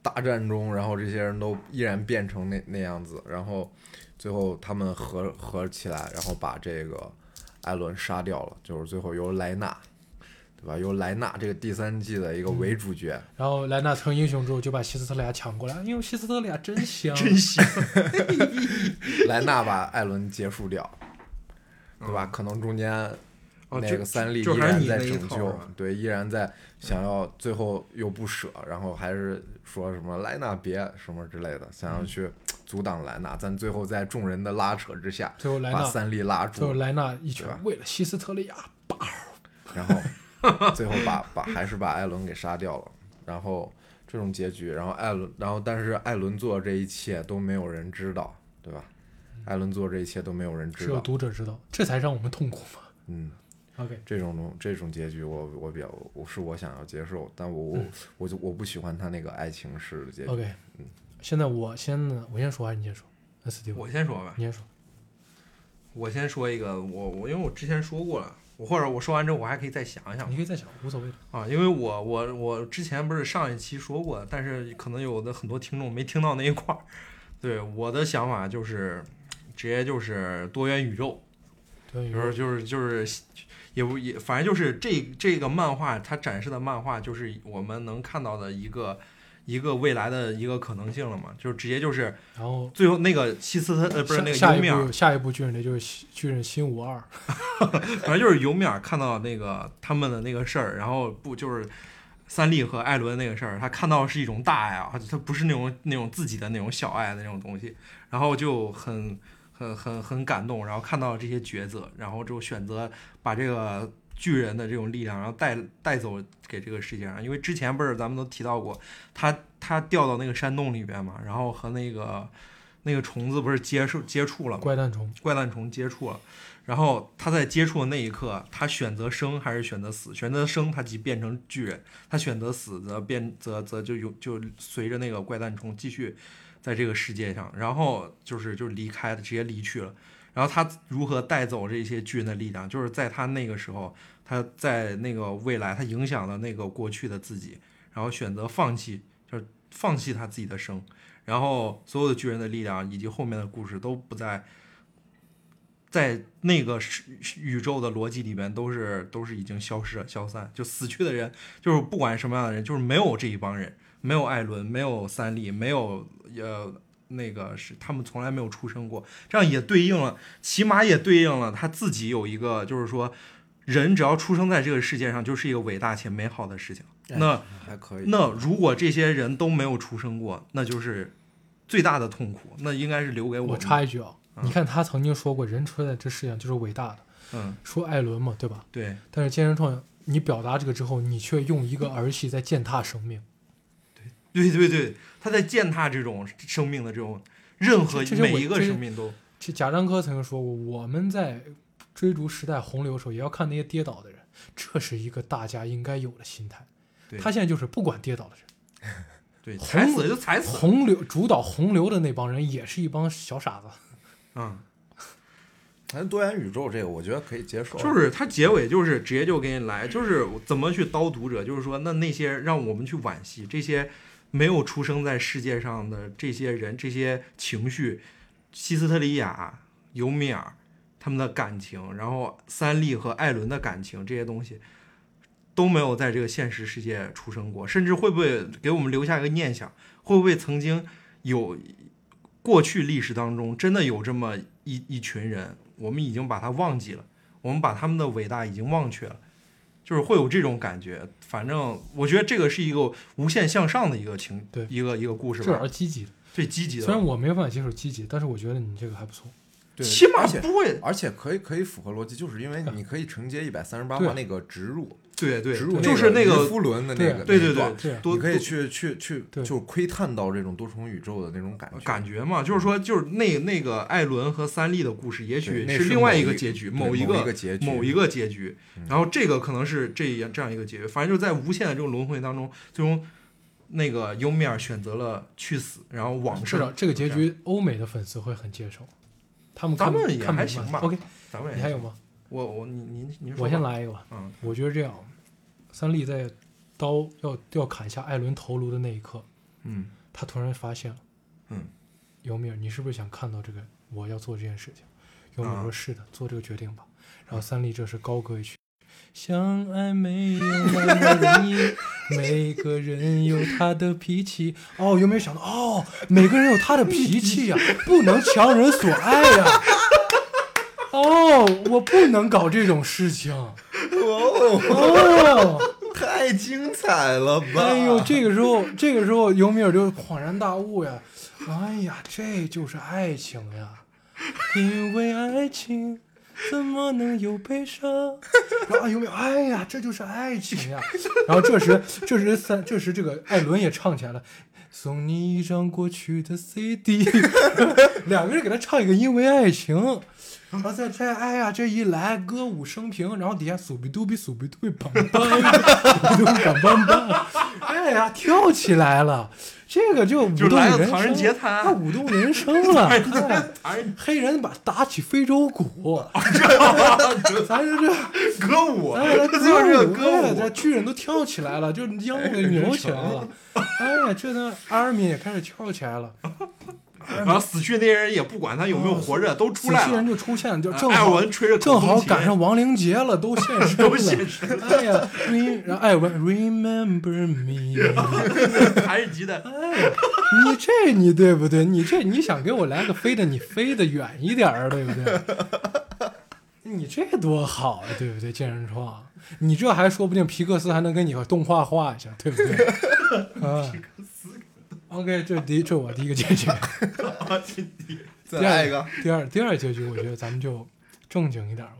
S4: 大战中，然后这些人都依然变成那那样子，然后最后他们合合起来，然后把这个艾伦杀掉了，就是最后由莱纳，对吧？由莱纳这个第三季的一个为主角，
S3: 然后莱纳成英雄之后，就把希斯特利亚抢过来，因为希斯特利亚真香，
S5: 真香，
S4: 莱纳把艾伦结束掉，对吧？可能中间
S5: 哦，
S4: 那
S5: 就
S4: 个三笠
S5: 就
S4: 依
S5: 还是
S4: 然
S5: 你
S4: 在
S5: 那一
S4: 拯
S5: 套啊
S4: 救
S5: 是吧，
S4: 对，依然在想要最后又不舍，然后还是说什么莱纳别什么之类的，想
S5: 嗯
S4: 要去阻挡莱纳，但最后在众人的拉扯之下，
S3: 最后莱
S4: 把
S3: 纳，
S4: 三笠拉
S3: 最后
S4: 住，
S3: 莱纳一
S4: 对吧
S3: 拳为了希斯特利亚，
S4: 然后最后把把还是把艾伦给杀掉了，然后这种结局，然后艾伦，然后但是艾伦做这一切都没有人知道，对吧？
S5: 嗯
S4: 艾伦做这一切都没有人
S3: 只
S4: 知
S3: 有
S4: 道，
S3: 读者知道，这才让我们痛苦嘛。
S4: 嗯。
S3: OK，
S4: 这种东这种结局我，我比较我是我想要接受，但我
S5: 嗯
S4: 我、我就我不喜欢他那个爱情式的结局。
S5: 哦
S3: OK，现在我先呢，我先说还是你先说？那 Steve，
S5: 我先说吧，
S3: 你先说。
S5: 我先说一个，我我因为我之前说过了，我或者我说完之后我还可以再想一想
S3: 你可以再想，无所谓的。
S5: 啊，因为我我我之前不是上一期说过，但是可能有的很多听众没听到那一块儿。对我的想法就是，直接就是多元宇宙，
S3: 对，
S5: 就是就是就是，也不也反正就是这这个漫画它展示的漫画就是我们能看到的一个一个未来的一个可能性了嘛，就是直接就是
S3: 然后
S5: 最后那个西斯特呃不是
S3: 下
S5: 那个
S3: 下
S5: 尤
S3: 一
S5: 米尔
S3: 部，下一部巨人的就是新巨人新五二，
S5: 反正就是尤米尔看到那个他们的那个事儿，然后不就是三笠和艾伦那个事儿，他看到是一种大爱啊，他不是那种那种自己的那种小爱的那种东西，然后就很很很很感动，然后看到这些抉择，然后就选择把这个巨人的这种力量，然后带带走给这个世界上，因为之前不是咱们都提到过，他他掉到那个山洞里边嘛，然后和那个那个虫子不是接触接触了嘛，
S3: 怪诞虫，
S5: 怪诞虫接触了，然后他在接触的那一刻，他选择生还是选择死？选择生，他即变成巨人；他选择死，则变则则就有就随着那个怪诞虫继续在这个世界上，然后就是就离开了，直接离去了。然后他如何带走这些巨人的力量？就是在他那个时候，他在那个未来，他影响了那个过去的自己，然后选择放弃，就是放弃他自己的生，然后所有的巨人的力量以及后面的故事都不再在那个是宇宙的逻辑里面，都是都是已经消失了、消散，就死去的人，就是不管什么样的人，就是没有这一帮人，没有艾伦，没有三笠，没有呃那个是他们从来没有出生过，这样也对应了，起码也对应了他自己有一个，就是说，人只要出生在这个世界上，就是一个伟大且美好的事情。
S3: 哎
S5: 那
S4: 还可以。
S5: 那如果这些人都没有出生过，那就是最大的痛苦，那应该是留给我
S3: 我
S5: 们
S3: 插一句啊，
S5: 嗯
S3: 你看他曾经说过，人出现在这世界上就是伟大的，
S5: 嗯，
S3: 说艾伦嘛，对吧？
S5: 对
S3: 但是健身创，你表达这个之后，你却用一个儿戏在践踏生命，
S5: 对对对，他在践踏这种生命的这种任何
S3: 这这是
S5: 每
S3: 我
S5: 一个
S3: 这是
S5: 生命都
S3: 这贾樟柯曾经说过，我们在追逐时代洪流的时候，也要看那些跌倒的人，这是一个大家应该有的心态
S5: 对。
S3: 他现在就是不管跌倒的人，
S5: 对
S3: 洪
S5: 踩死就踩死，
S3: 洪流主导洪流的那帮人也是一帮小傻子。
S5: 嗯，
S4: 咱多元宇宙这个，我觉得可以接受。
S5: 就是他结尾就是直接就给你来，就是怎么去叨读者，就是说那那些让我们去惋惜这些没有出生在世界上的这些人，这些情绪，西斯特里亚、尤米尔他们的感情，然后三笠和艾伦的感情这些东西。都没有在这个现实世界出生过，甚至会不会给我们留下一个念想？会不会曾经有过去历史当中真的有这么一一群人，我们已经把他忘记了？我们把他们的伟大已经忘却了，就是会有这种感觉。反正我觉得这个是一个无限向上的一个情，
S3: 对
S5: 一个一个故事
S3: 这玩意
S5: 吧
S3: 儿，积极的，
S5: 最积极的
S3: 虽然，我没有办法接受积极，但是我觉得你这个还不错。
S4: 对，
S5: 起码
S4: 而且
S5: 不会
S4: 而且可以可以符合逻辑，就是因为你可以承接一百三十八
S3: 对
S4: 话那个植入，
S5: 对对
S4: 植入，
S5: 就是那
S4: 渔
S5: 个
S4: 夫轮的那个，
S5: 对对
S4: 那一段
S5: 对，
S3: 对
S5: 多
S4: 你可以
S5: 多
S4: 去去去，
S3: 对
S4: 就是窥探到这种多重宇宙的那种感觉。嗯
S5: 感觉嘛，就是说，就是那那个艾伦和三笠的故事，也
S4: 对
S5: 许
S4: 那
S5: 是
S4: 是
S5: 另外
S4: 某
S5: 一个
S4: 一
S5: 结局，
S4: 对
S5: 某
S4: 某
S5: 一
S4: 一
S5: 个
S4: 个结局嗯
S5: 某一个结局。然后这个可能是这样这样一个结局，反正就在无限的这种轮回当中，最终那个尤米尔选择了去死，然后往
S3: 至
S5: 事
S3: 少这个结局欧美的粉丝会很接受，他们
S5: 咱
S3: 看
S5: 们也
S3: 看
S5: 还
S3: 明白
S5: 行吧
S3: OK，
S5: 咱们
S3: 你
S5: 也
S3: 还有吗？
S5: 我我你您您说
S3: 我先
S5: 吧， <laughs>
S3: 来一个吧。
S5: 嗯，
S3: 我觉得这样，三笠在刀要要砍下艾伦头颅的那一刻，
S5: 嗯
S3: 他突然发现，
S5: 嗯，
S3: 尤米尔，你是不是想看到这个？我要做这件事情。尤米
S5: 嗯
S3: 尔说：“是的，做这个决定吧。”然后三笠这时高歌一曲：“相爱没有那么容易， <laughs> 每个人有他的脾气。”哦，尤米尔想到，哦，每个人有他的脾气呀、不能强人所爱呀、哦，我不能搞这种事情。哦，
S4: <laughs> 太精彩了吧！
S3: 哎呦，这个时候，这个时候，尤米尔就恍然大悟呀！哎呀，这就是爱情呀！因为爱情怎么能有悲伤？然后啊，尤米尔，哎呀，这就是爱情呀！然后这时，这时三，这时这个艾伦也唱起来了。送你一张过去的 CD，两个人给他唱一个《因为爱情》，然后再再哎呀这一来歌舞升平，然后底下苏比嘟比苏比嘟比梆梆，苏比嘟比梆梆梆，哎呀跳起来了，这个就舞
S5: 就
S3: 动
S5: 来
S3: 人
S5: 个
S3: 生，
S5: 唐人街摊
S3: 那舞动人生
S5: <laughs>
S3: 了，哎
S5: 唐人
S3: 黑人把打起非洲
S5: <laughs>
S3: 鼓，咱就这。
S5: 歌舞，
S3: 哎，这
S5: 就是
S3: 歌
S5: 歌
S3: 舞，
S5: 舞
S3: 这，巨人都跳起来
S5: <laughs>
S3: 了，就秧歌给扭起来了。哎呀，这呢，阿尔敏也开始跳起来了，
S5: 然后死去那些人也不管他有没有活着，都出
S3: 啊死
S5: 来
S3: 去人
S5: 了，
S3: 就出现了，就
S5: 呃
S3: 正
S5: 艾
S3: 好
S5: 文吹着口
S3: 正好
S5: 风琴
S3: 赶上亡灵节了，都现身
S5: <laughs> 都现
S3: 了。哎呀，re 然后艾文 remember me， <laughs>
S5: 还是鸡蛋，
S3: 哎呀，你这你对不对？你这你想给我来个飞的，你飞得远一点儿，对不对？ <laughs> 你这多好啊，对不对？健身创，你这还说不定皮克斯还能跟你动画画一下，对不对？
S5: <laughs>
S3: 啊，OK，这第一，这是我第一个结局。
S4: 再来一个，
S3: 第二第二结局，我觉得咱们就正经一点吧。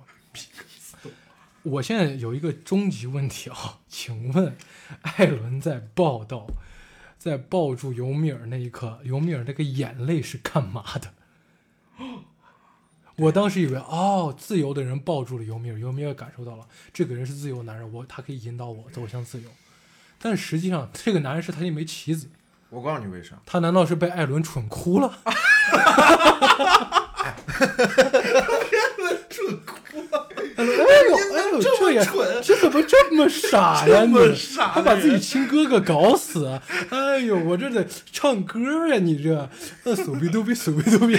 S3: 我现在有一个终极问题啊，请问艾伦在报道，在抱住尤米尔那一刻，尤米尔那个眼泪是干嘛的？我当时以为哦，自由的人抱住了尤米尔，尤米尔感受到了这个人是自由男人，我他可以引导我走向自由。但实际上，这个男人是他一枚棋子，
S4: 我告诉你为啥，
S3: 他难道是被艾伦蠢哭 <laughs> 了？哎艾伦蠢哭了！哎呦哎呦，这也这怎么这么傻呀你？他把自己亲哥哥搞死啊！哎呦，我这得唱歌呀、你这那鼠逼嘟比鼠逼 <laughs> 嘟比，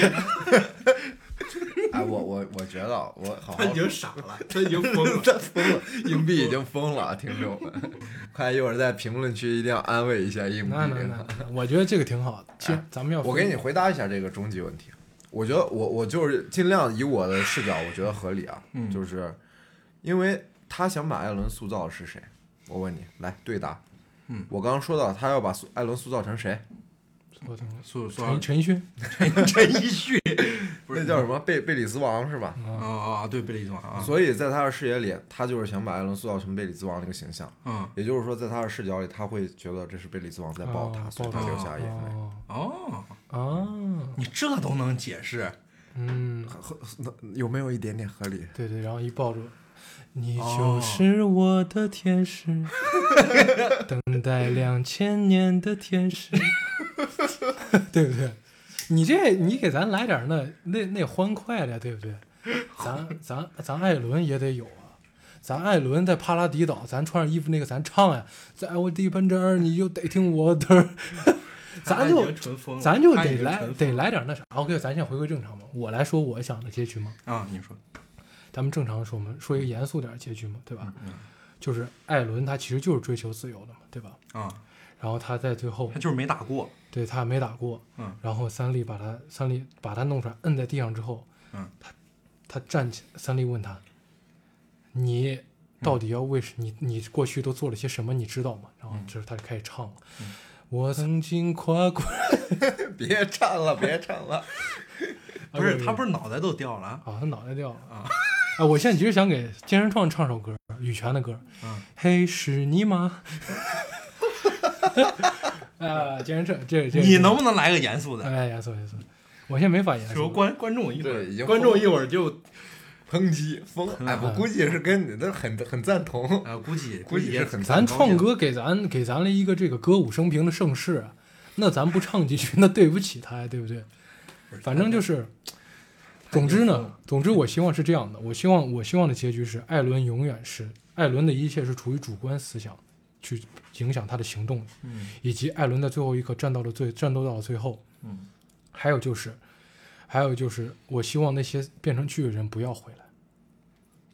S4: 哎，我我我觉得啊我好好。
S5: 他已经傻了，他已经疯了
S4: <laughs> 他疯了，硬币已经疯了啊，听众们，快一会儿在评论区一定要安慰一下硬币
S3: 那那那，我觉得这个挺好的。其实咱们要
S4: 我给你回答一下这个终极问题，我觉得我我就是尽量以我的视角，我觉得合理啊，就是因为他想把艾伦塑造的是谁？我问你，来对答。
S5: 嗯，
S4: 我刚刚说到他要把塑艾伦塑造成谁？
S3: 我懂了
S5: 说说
S3: 陈
S5: <laughs>
S3: 陈奕迅，
S5: 陈奕迅不是
S4: 那叫什么贝贝里斯王是吧？
S5: 啊啊，对，贝利总啊，
S4: 所以在他的视野里，他就是想把艾伦塑造成贝里斯王那个形象。
S5: 嗯，
S4: 也就是说，在他的视角里，他会觉得这是贝里斯王在抱他，
S3: 哦
S4: 所以他
S5: 抱
S4: 流
S5: 他
S4: 下眼泪。
S3: 哦
S5: 哦，
S3: 啊，
S5: 你这都能解释？
S3: 嗯，
S4: 合那有没有一点点合理？
S3: 对对，然后一抱住，你
S5: 哦
S3: 就是我的天使， <laughs> 等待两千年的天使，对不对？你这你给咱来点儿那那那欢快的，对不对？咱咱咱艾伦也得有啊，咱艾伦在帕拉迪岛，咱穿上衣服那个咱唱呀，在我地盘这儿你就得听我的，咱就
S5: 纯疯了，
S3: 咱就
S5: 他已
S3: 得
S5: 经
S3: 来
S5: 纯疯
S3: 得来点儿那啥。OK，咱先回归正常嘛，我来说我想的结局嘛。
S5: 啊！你说，
S3: 咱们正常说，我们说一
S5: 嗯
S3: 个严肃点儿的结局嘛，对吧？就是艾伦他其实就是追求自由的嘛，对吧？
S5: 啊，
S3: 然后他在最后
S5: 他就是没打过，
S3: 对他没打过，
S5: 嗯，
S3: 然后三笠把他三笠把他弄出来摁在地上之后，
S5: 嗯，
S3: 他他站起，三笠问他，你
S5: 嗯
S3: 到底要为什、你你过去都做了些什么，你知道吗？然后
S5: 嗯
S3: 就是他就开始唱了，我曾经跨过，
S4: <laughs> 别唱了，别唱
S5: <laughs>
S4: 了。
S5: 不是
S3: 啊
S5: 他不是脑袋都掉了啊？
S3: <laughs> 啊，他脑袋掉了啊！哎，我现在其实想给健身创唱首歌，羽泉的歌，
S5: 嗯
S3: 嘿，是你吗？ <laughs> 啊，竟然这这这，
S5: 你能不能来个严肃的？
S3: 哎，严肃严肃，我现在没法严
S5: 说
S3: 肃。
S5: 观观众一会
S4: 哎对已
S5: 儿，
S4: 经
S5: 观众一会儿 <laughs> 就
S4: 抨击疯，哎，我估计是跟你的很很赞同，
S5: 啊，估计
S4: 估计
S5: 也
S4: 是很赞
S3: 咱
S4: 同
S3: 创哥给咱给咱了一个这个歌舞升平的盛世啊，那咱不唱几句，那对不起他呀，对不对？反正就是，总之呢，总之我希望是这样的，我希望我希望的结局是，艾伦永远是艾伦的一切是处于主观思想去影响他的行动的，
S5: 嗯
S3: 以及艾伦在最后一刻战到了最战斗到了最后，
S5: 嗯，
S3: 还有就是，还有就是，我希望那些变成巨人不要回来，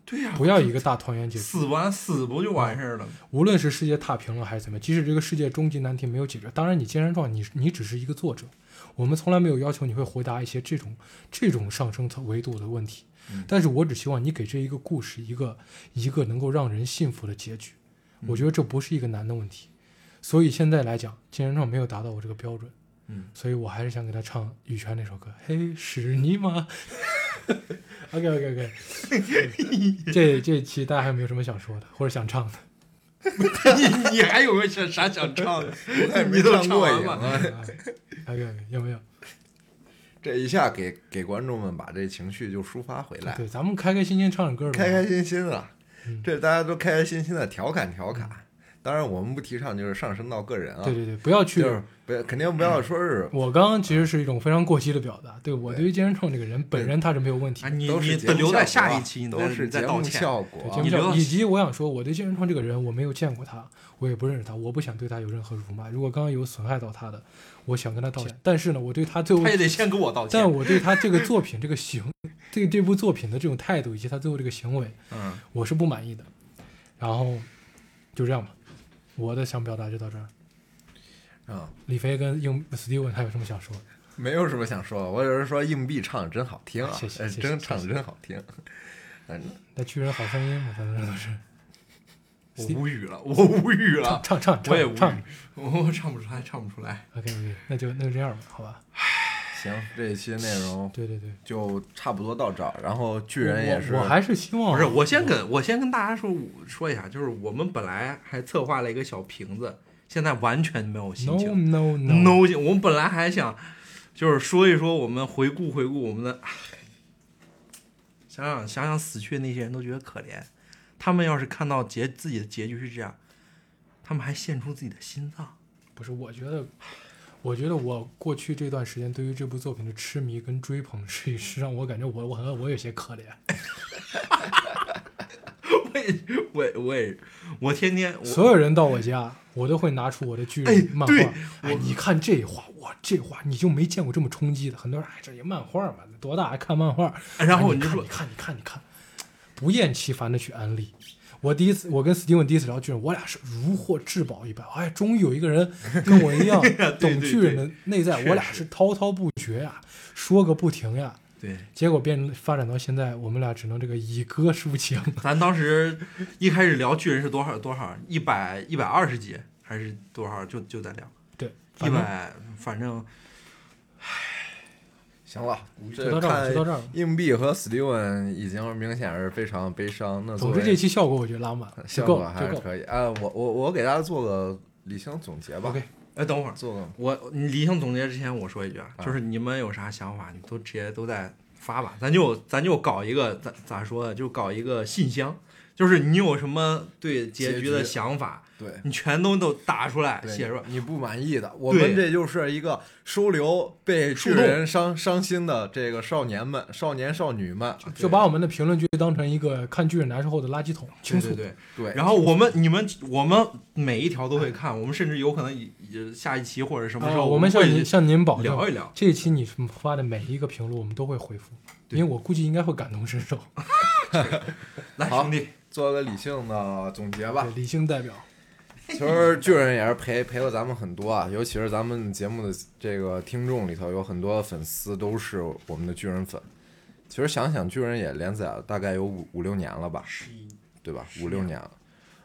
S5: 对呀，
S3: 不要一个大团圆结局，
S5: 死完死不就完
S4: <laughs>
S5: 事儿了吗？ <laughs>
S3: 无论是世界踏平了还是怎么样，即使这个世界终极难题没有解决，当然你既然状，你你只是一个作者，我们从来没有要求你会回答一些这种这种上升层维度的问题，但是我只希望你给这一个故事一个一个能够让人信服的结局，我觉得这不是一个难的问题，所以现在来讲，金人状没有达到我这个标准，
S5: 嗯，
S3: 所以我还是想给他唱羽泉那首歌，嘿，是你吗 <laughs> ？OK OK OK，这这期大家还有没有什么想说的或者想唱的？
S5: 你你还有没有啥啥想唱的？
S4: 也没
S5: 你都
S4: 唱
S5: 唱
S4: 过
S5: 完
S4: 瘾
S5: 吧
S4: 啊
S3: 啊， <laughs> 还有有没有？
S4: 这一下给给观众们把这情绪就抒发回来，
S3: 对，咱们开开心心唱点歌吧。
S4: 开开心心的
S3: 嗯，
S4: 这大家都开开心心的调侃调侃。当然，我们不提倡就是上升到个人啊，
S3: 对对对，不要去
S4: 就。是不要肯定不要说是
S3: 我刚刚其实是一种非常过激的表达，对我对于健身创这个人本人他是没有问题
S5: 啊，。你
S4: 都
S5: 你
S4: 是节目
S5: 留在
S4: 效果
S5: 下
S4: 啊
S5: 一期，你
S4: 都
S5: 再
S4: 是
S5: 你再
S4: 节
S5: 道
S4: 目
S5: 歉。
S4: 效
S3: 对节
S4: 果啊
S3: 目
S5: 你留
S3: 效
S5: 到
S3: 果以及我想说，我对健身创这个人我没有见过他，我也不认识他，我不想对他有任何辱骂。如果刚刚有损害到他的，我想跟他道歉。但是呢，我对他最后
S5: 他也得先跟我道
S3: 但
S5: 歉。
S3: 我对他这个作品、这个行、对这部作品的这种态度以及他最后这个行为，
S5: 嗯，
S3: 我是不满意的。然后就这样吧，我的想表达就到这儿。
S4: 啊，
S3: 李飞跟英 Steven 还有什么想说的？
S4: 没有什么想说，的，我只是说硬币唱得真好听啊，
S3: 谢谢
S4: 呃
S3: 谢谢
S4: 真
S3: 谢
S4: 唱得
S3: 谢
S4: 真好听。嗯，
S3: 那巨人好声音嘛，咱们这都是
S5: 我无语了，我无语了，
S3: 唱唱
S5: 啊我也无
S3: 唱唱
S5: 语。， <laughs> 我唱不出来，唱不出来。
S3: OK OK，那就那就这样吧，好吧？
S4: 行，这一期内容
S3: 对对对，
S4: 就差不多到这儿。然后巨人也是，
S3: 我我还是希望
S5: 不是，我先跟我先跟大家说说一下，就是我们本来还策划了一个小瓶子，现在完全没有心
S3: No
S5: 情
S3: No No，
S5: ，no，我们本来还想就是说一说我们回顾回顾我们的，唉想想想想死去的那些人都觉得可怜，他们要是看到结自己的结局是这样，他们还献出自己的心脏。 <laughs>
S3: 不是，我觉得。我觉得我过去这段时间对于这部作品的痴迷跟追捧，是是让我感觉我我好像我有些可怜。
S5: 我也我也我也我天天我
S3: 所有人到我家，我都会拿出我的巨
S5: 哎
S3: 人漫画。
S5: 对
S3: 哎，你看这画，哇，这画你就没见过这么冲击的。很多人哎，这也漫画嘛，多大还看漫画？
S5: 然后
S3: 哎
S5: 你
S3: 你
S5: 就
S3: 看，
S5: 说
S3: 你看，你看，你看，不厌其烦的去安利。我第一次，我跟 Steven 第一次聊巨人，我俩是如获至宝一般。哎，终于有一个人跟我一样
S5: <laughs> 对
S3: 懂
S5: 对
S3: 巨人的内在，
S5: 确
S3: 我俩
S5: 实
S3: 是滔滔不绝呀、说个不停呀、
S5: 对，
S3: 结果变发展到现在，我们俩只能这个以歌抒情。 <laughs>
S5: <laughs> 咱当时一开始聊巨人是多少多少，一百一百二十集还是多少，就就在聊
S3: 对，
S5: 一
S3: 反正
S5: 百，反正
S4: 行了，
S3: 就到这儿吧，
S4: 看
S3: 就到这儿吧。
S4: 硬币和 Steven 已经明显是非常悲伤。那作
S3: 总
S4: 为
S3: 之这期效果我觉得拉满了，就
S4: 效
S3: 够
S4: 果
S3: 了，
S4: 还
S3: 就是够了。
S4: 可以啊。我我我给大家做个理性总结吧
S3: OK，
S5: 哎，等会儿
S4: 做个
S5: 我你理性总结之前，我说一句啊，
S4: 啊
S5: 就是你们有啥想法，你们都直接都在发吧，咱就咱就搞一个咋咋说的，就搞一个信箱，就是你有什么对结
S4: 结
S5: 局的
S4: 局
S5: 想法，
S4: 对。
S5: 你全都都打出来
S4: 对
S5: 写出来。
S4: 你不满意的，我们这就是一个收留被巨
S5: 树洞
S4: 人伤伤心的这个少年们、少年少女们，
S3: 就把我们的评论区当成一个看巨人难受后的垃圾桶，
S5: 对
S3: 倾
S5: 对
S3: 诉。
S5: 对，
S4: 对，
S5: 然后我们、你们、我们每一条都会看，我们甚至有可能以以下一期或者什么时候，
S3: 啊我们向您
S5: 会
S3: 向您保
S5: 聊
S3: 证，
S5: 一聊。
S3: 这一期你发的每一个评论我们都会回复，因为我估计应该会感同
S4: <laughs>
S3: 身受。
S5: 来，
S4: 好
S5: 兄弟，
S4: 做个理性的总结吧
S3: 对，。理性代表，
S4: <laughs> 其实巨人也是陪陪了咱们很多啊， <laughs> 尤其是咱们节目的这个听众里头，有很多粉丝都是我们的巨人粉。其实想想，巨人也连载了大概有五五六年了吧，对吧？五六年了，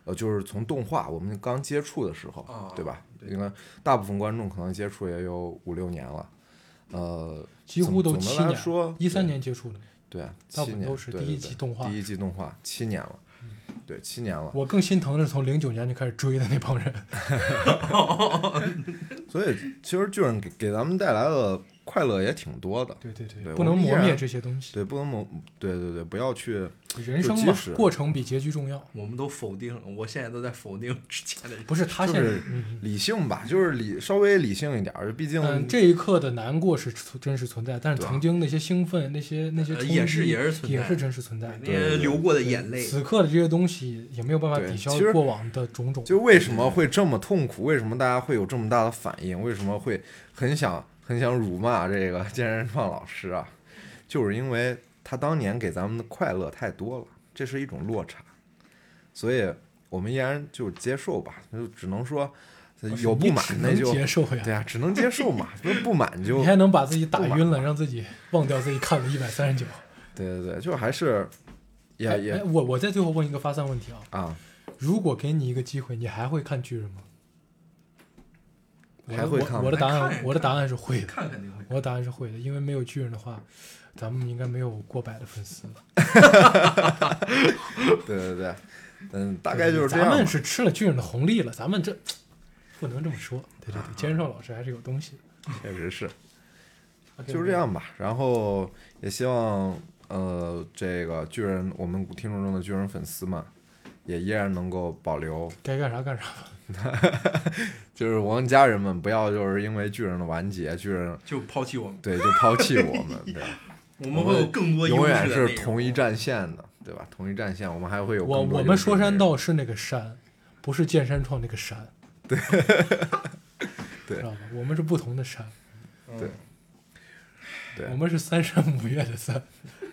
S4: 呃，就是从动画我们刚接触的时候，
S5: 啊
S4: 对吧？应该大部分观众可能接触也有五六年了，呃，
S3: 几乎都
S4: 总
S3: 七
S4: 总的来
S3: 年
S4: 说，
S3: 一三
S4: 对
S3: 年接触的，
S4: 对啊，
S3: 大部
S4: 七
S3: 分
S4: 年
S3: 都是
S4: 对
S3: 第一
S4: 对
S3: 季
S4: 对
S3: 动画嗯
S4: 第一季动画七年了。对，七年了。
S3: 我更心疼的是从零九年就开始追的那帮人，
S4: 所以其实巨人给给咱们带来的快乐也挺多的。
S3: 对对对，
S4: 对
S3: 不能
S4: 我们依
S3: 磨
S4: 然
S3: 灭这些东西。
S4: 对，不能某对对对，不要去
S3: 人
S4: 就
S3: 生
S4: 即
S3: 嘛
S4: 使，
S3: 过程比结局重要。
S5: 我们都否定了，我现在都在否定之前的人。
S3: 不是他
S4: 就
S3: 现在，
S4: 是
S3: 嗯嗯
S4: 理性吧，就是理稍微理性一点儿，毕竟
S3: 嗯，这一刻的难过是存真实存在，但是
S4: 对啊
S3: 曾经那些兴奋、那些那些
S5: 呃
S3: 冲
S5: 也是
S3: 击
S5: 也是存
S3: 也
S5: 在
S3: 是真实存在
S5: 那
S3: 的。
S5: 些流过的眼泪，
S3: 此刻的这些东西也没有办法
S4: 对
S3: 抵消
S4: 其实
S3: 过往的种种。
S4: 就为什么会这么痛苦？为什么大家会有这么大的反应？为什么会很想很想辱骂这个健身胖老师啊？就是因为他当年给咱们的快乐太多了，这是一种落差，所以我们依然就接受吧，就只能说有不
S3: 你
S4: 满
S3: 只
S4: 那
S3: 能
S4: 就
S3: 接受呀
S4: 对。啊，只能接受嘛，不不满
S3: <laughs>
S4: 就
S3: 你还能把自己打晕了，让自己忘掉自己看了一百三十九。
S4: 对对对，就还是 <laughs> 也
S3: 哎哎
S4: 也
S3: 我我再最后问一个发散问题啊，
S4: 啊，
S3: 如果给你一个机会，你还会看巨人吗？我的
S4: 还会看吗
S3: 我我的答
S5: 还看
S3: 案
S5: 呀，
S3: 我的答案是会的。
S5: 看肯定会。
S3: 我的答案是会的，因为没有巨人的话，咱们应该没有过百的粉丝。
S4: 对对对，嗯，大概就是这
S3: 咱
S4: 样
S3: 们
S4: 吧。
S3: 是吃了巨人的红利了，咱们这不能这么说。对
S4: 啊
S3: 对对，坚少老师还是有东西的。
S4: 确实是。
S3: OK，
S4: 就是这样吧。然后也希望呃，这个巨人，我们听众中的巨人粉丝们，也依然能够保留，
S3: 该干啥干啥吧。
S4: 就是我们家人们不要就是因为巨人的完结，巨人
S5: 就抛弃我们，
S4: 对就抛弃我 <laughs> 们，对，
S5: 我们会有更多优
S4: 永
S5: 质
S4: 远
S5: 的
S4: 是
S5: 内容
S4: 同一战线的，对吧？同一战线，我们还会有
S3: 我
S4: 更多
S3: 我
S4: 优
S3: 们
S4: 质
S3: 说
S4: 的
S3: 山
S4: 内
S3: 道
S4: 容
S3: 是那个山，不是剑山创那个山。 <laughs>
S4: 对
S3: 知道吧？我们是不同的山，
S4: 对。对
S3: 我们是三山五岳的山。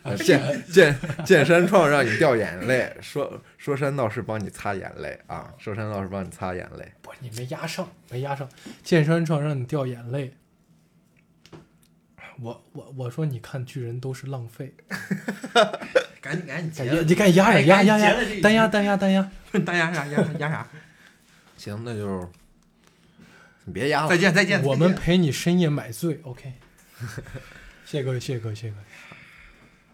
S4: 呃见见见山创让你掉眼泪，说说山道是帮你擦眼泪啊，说山道是帮你擦眼泪，
S3: 不，你没压上，没压上。剑山创让你掉眼泪。我我我说，你看巨人都是浪费。
S5: 赶紧赶紧结
S3: 哎
S5: 了
S3: 呀，你看压着
S5: 哎
S3: 压
S5: 赶紧
S3: 压
S5: 结
S3: 压
S5: 了这一，
S3: 单压
S5: 集
S3: 单压单压。
S5: <laughs> 大家啥压啥压啥，
S4: 行，那就是你别压了
S5: 再，见再见。
S3: 我们
S5: 再见
S3: 陪你深夜买醉，OK 谢谢各位，谢谢各位，谢谢各位。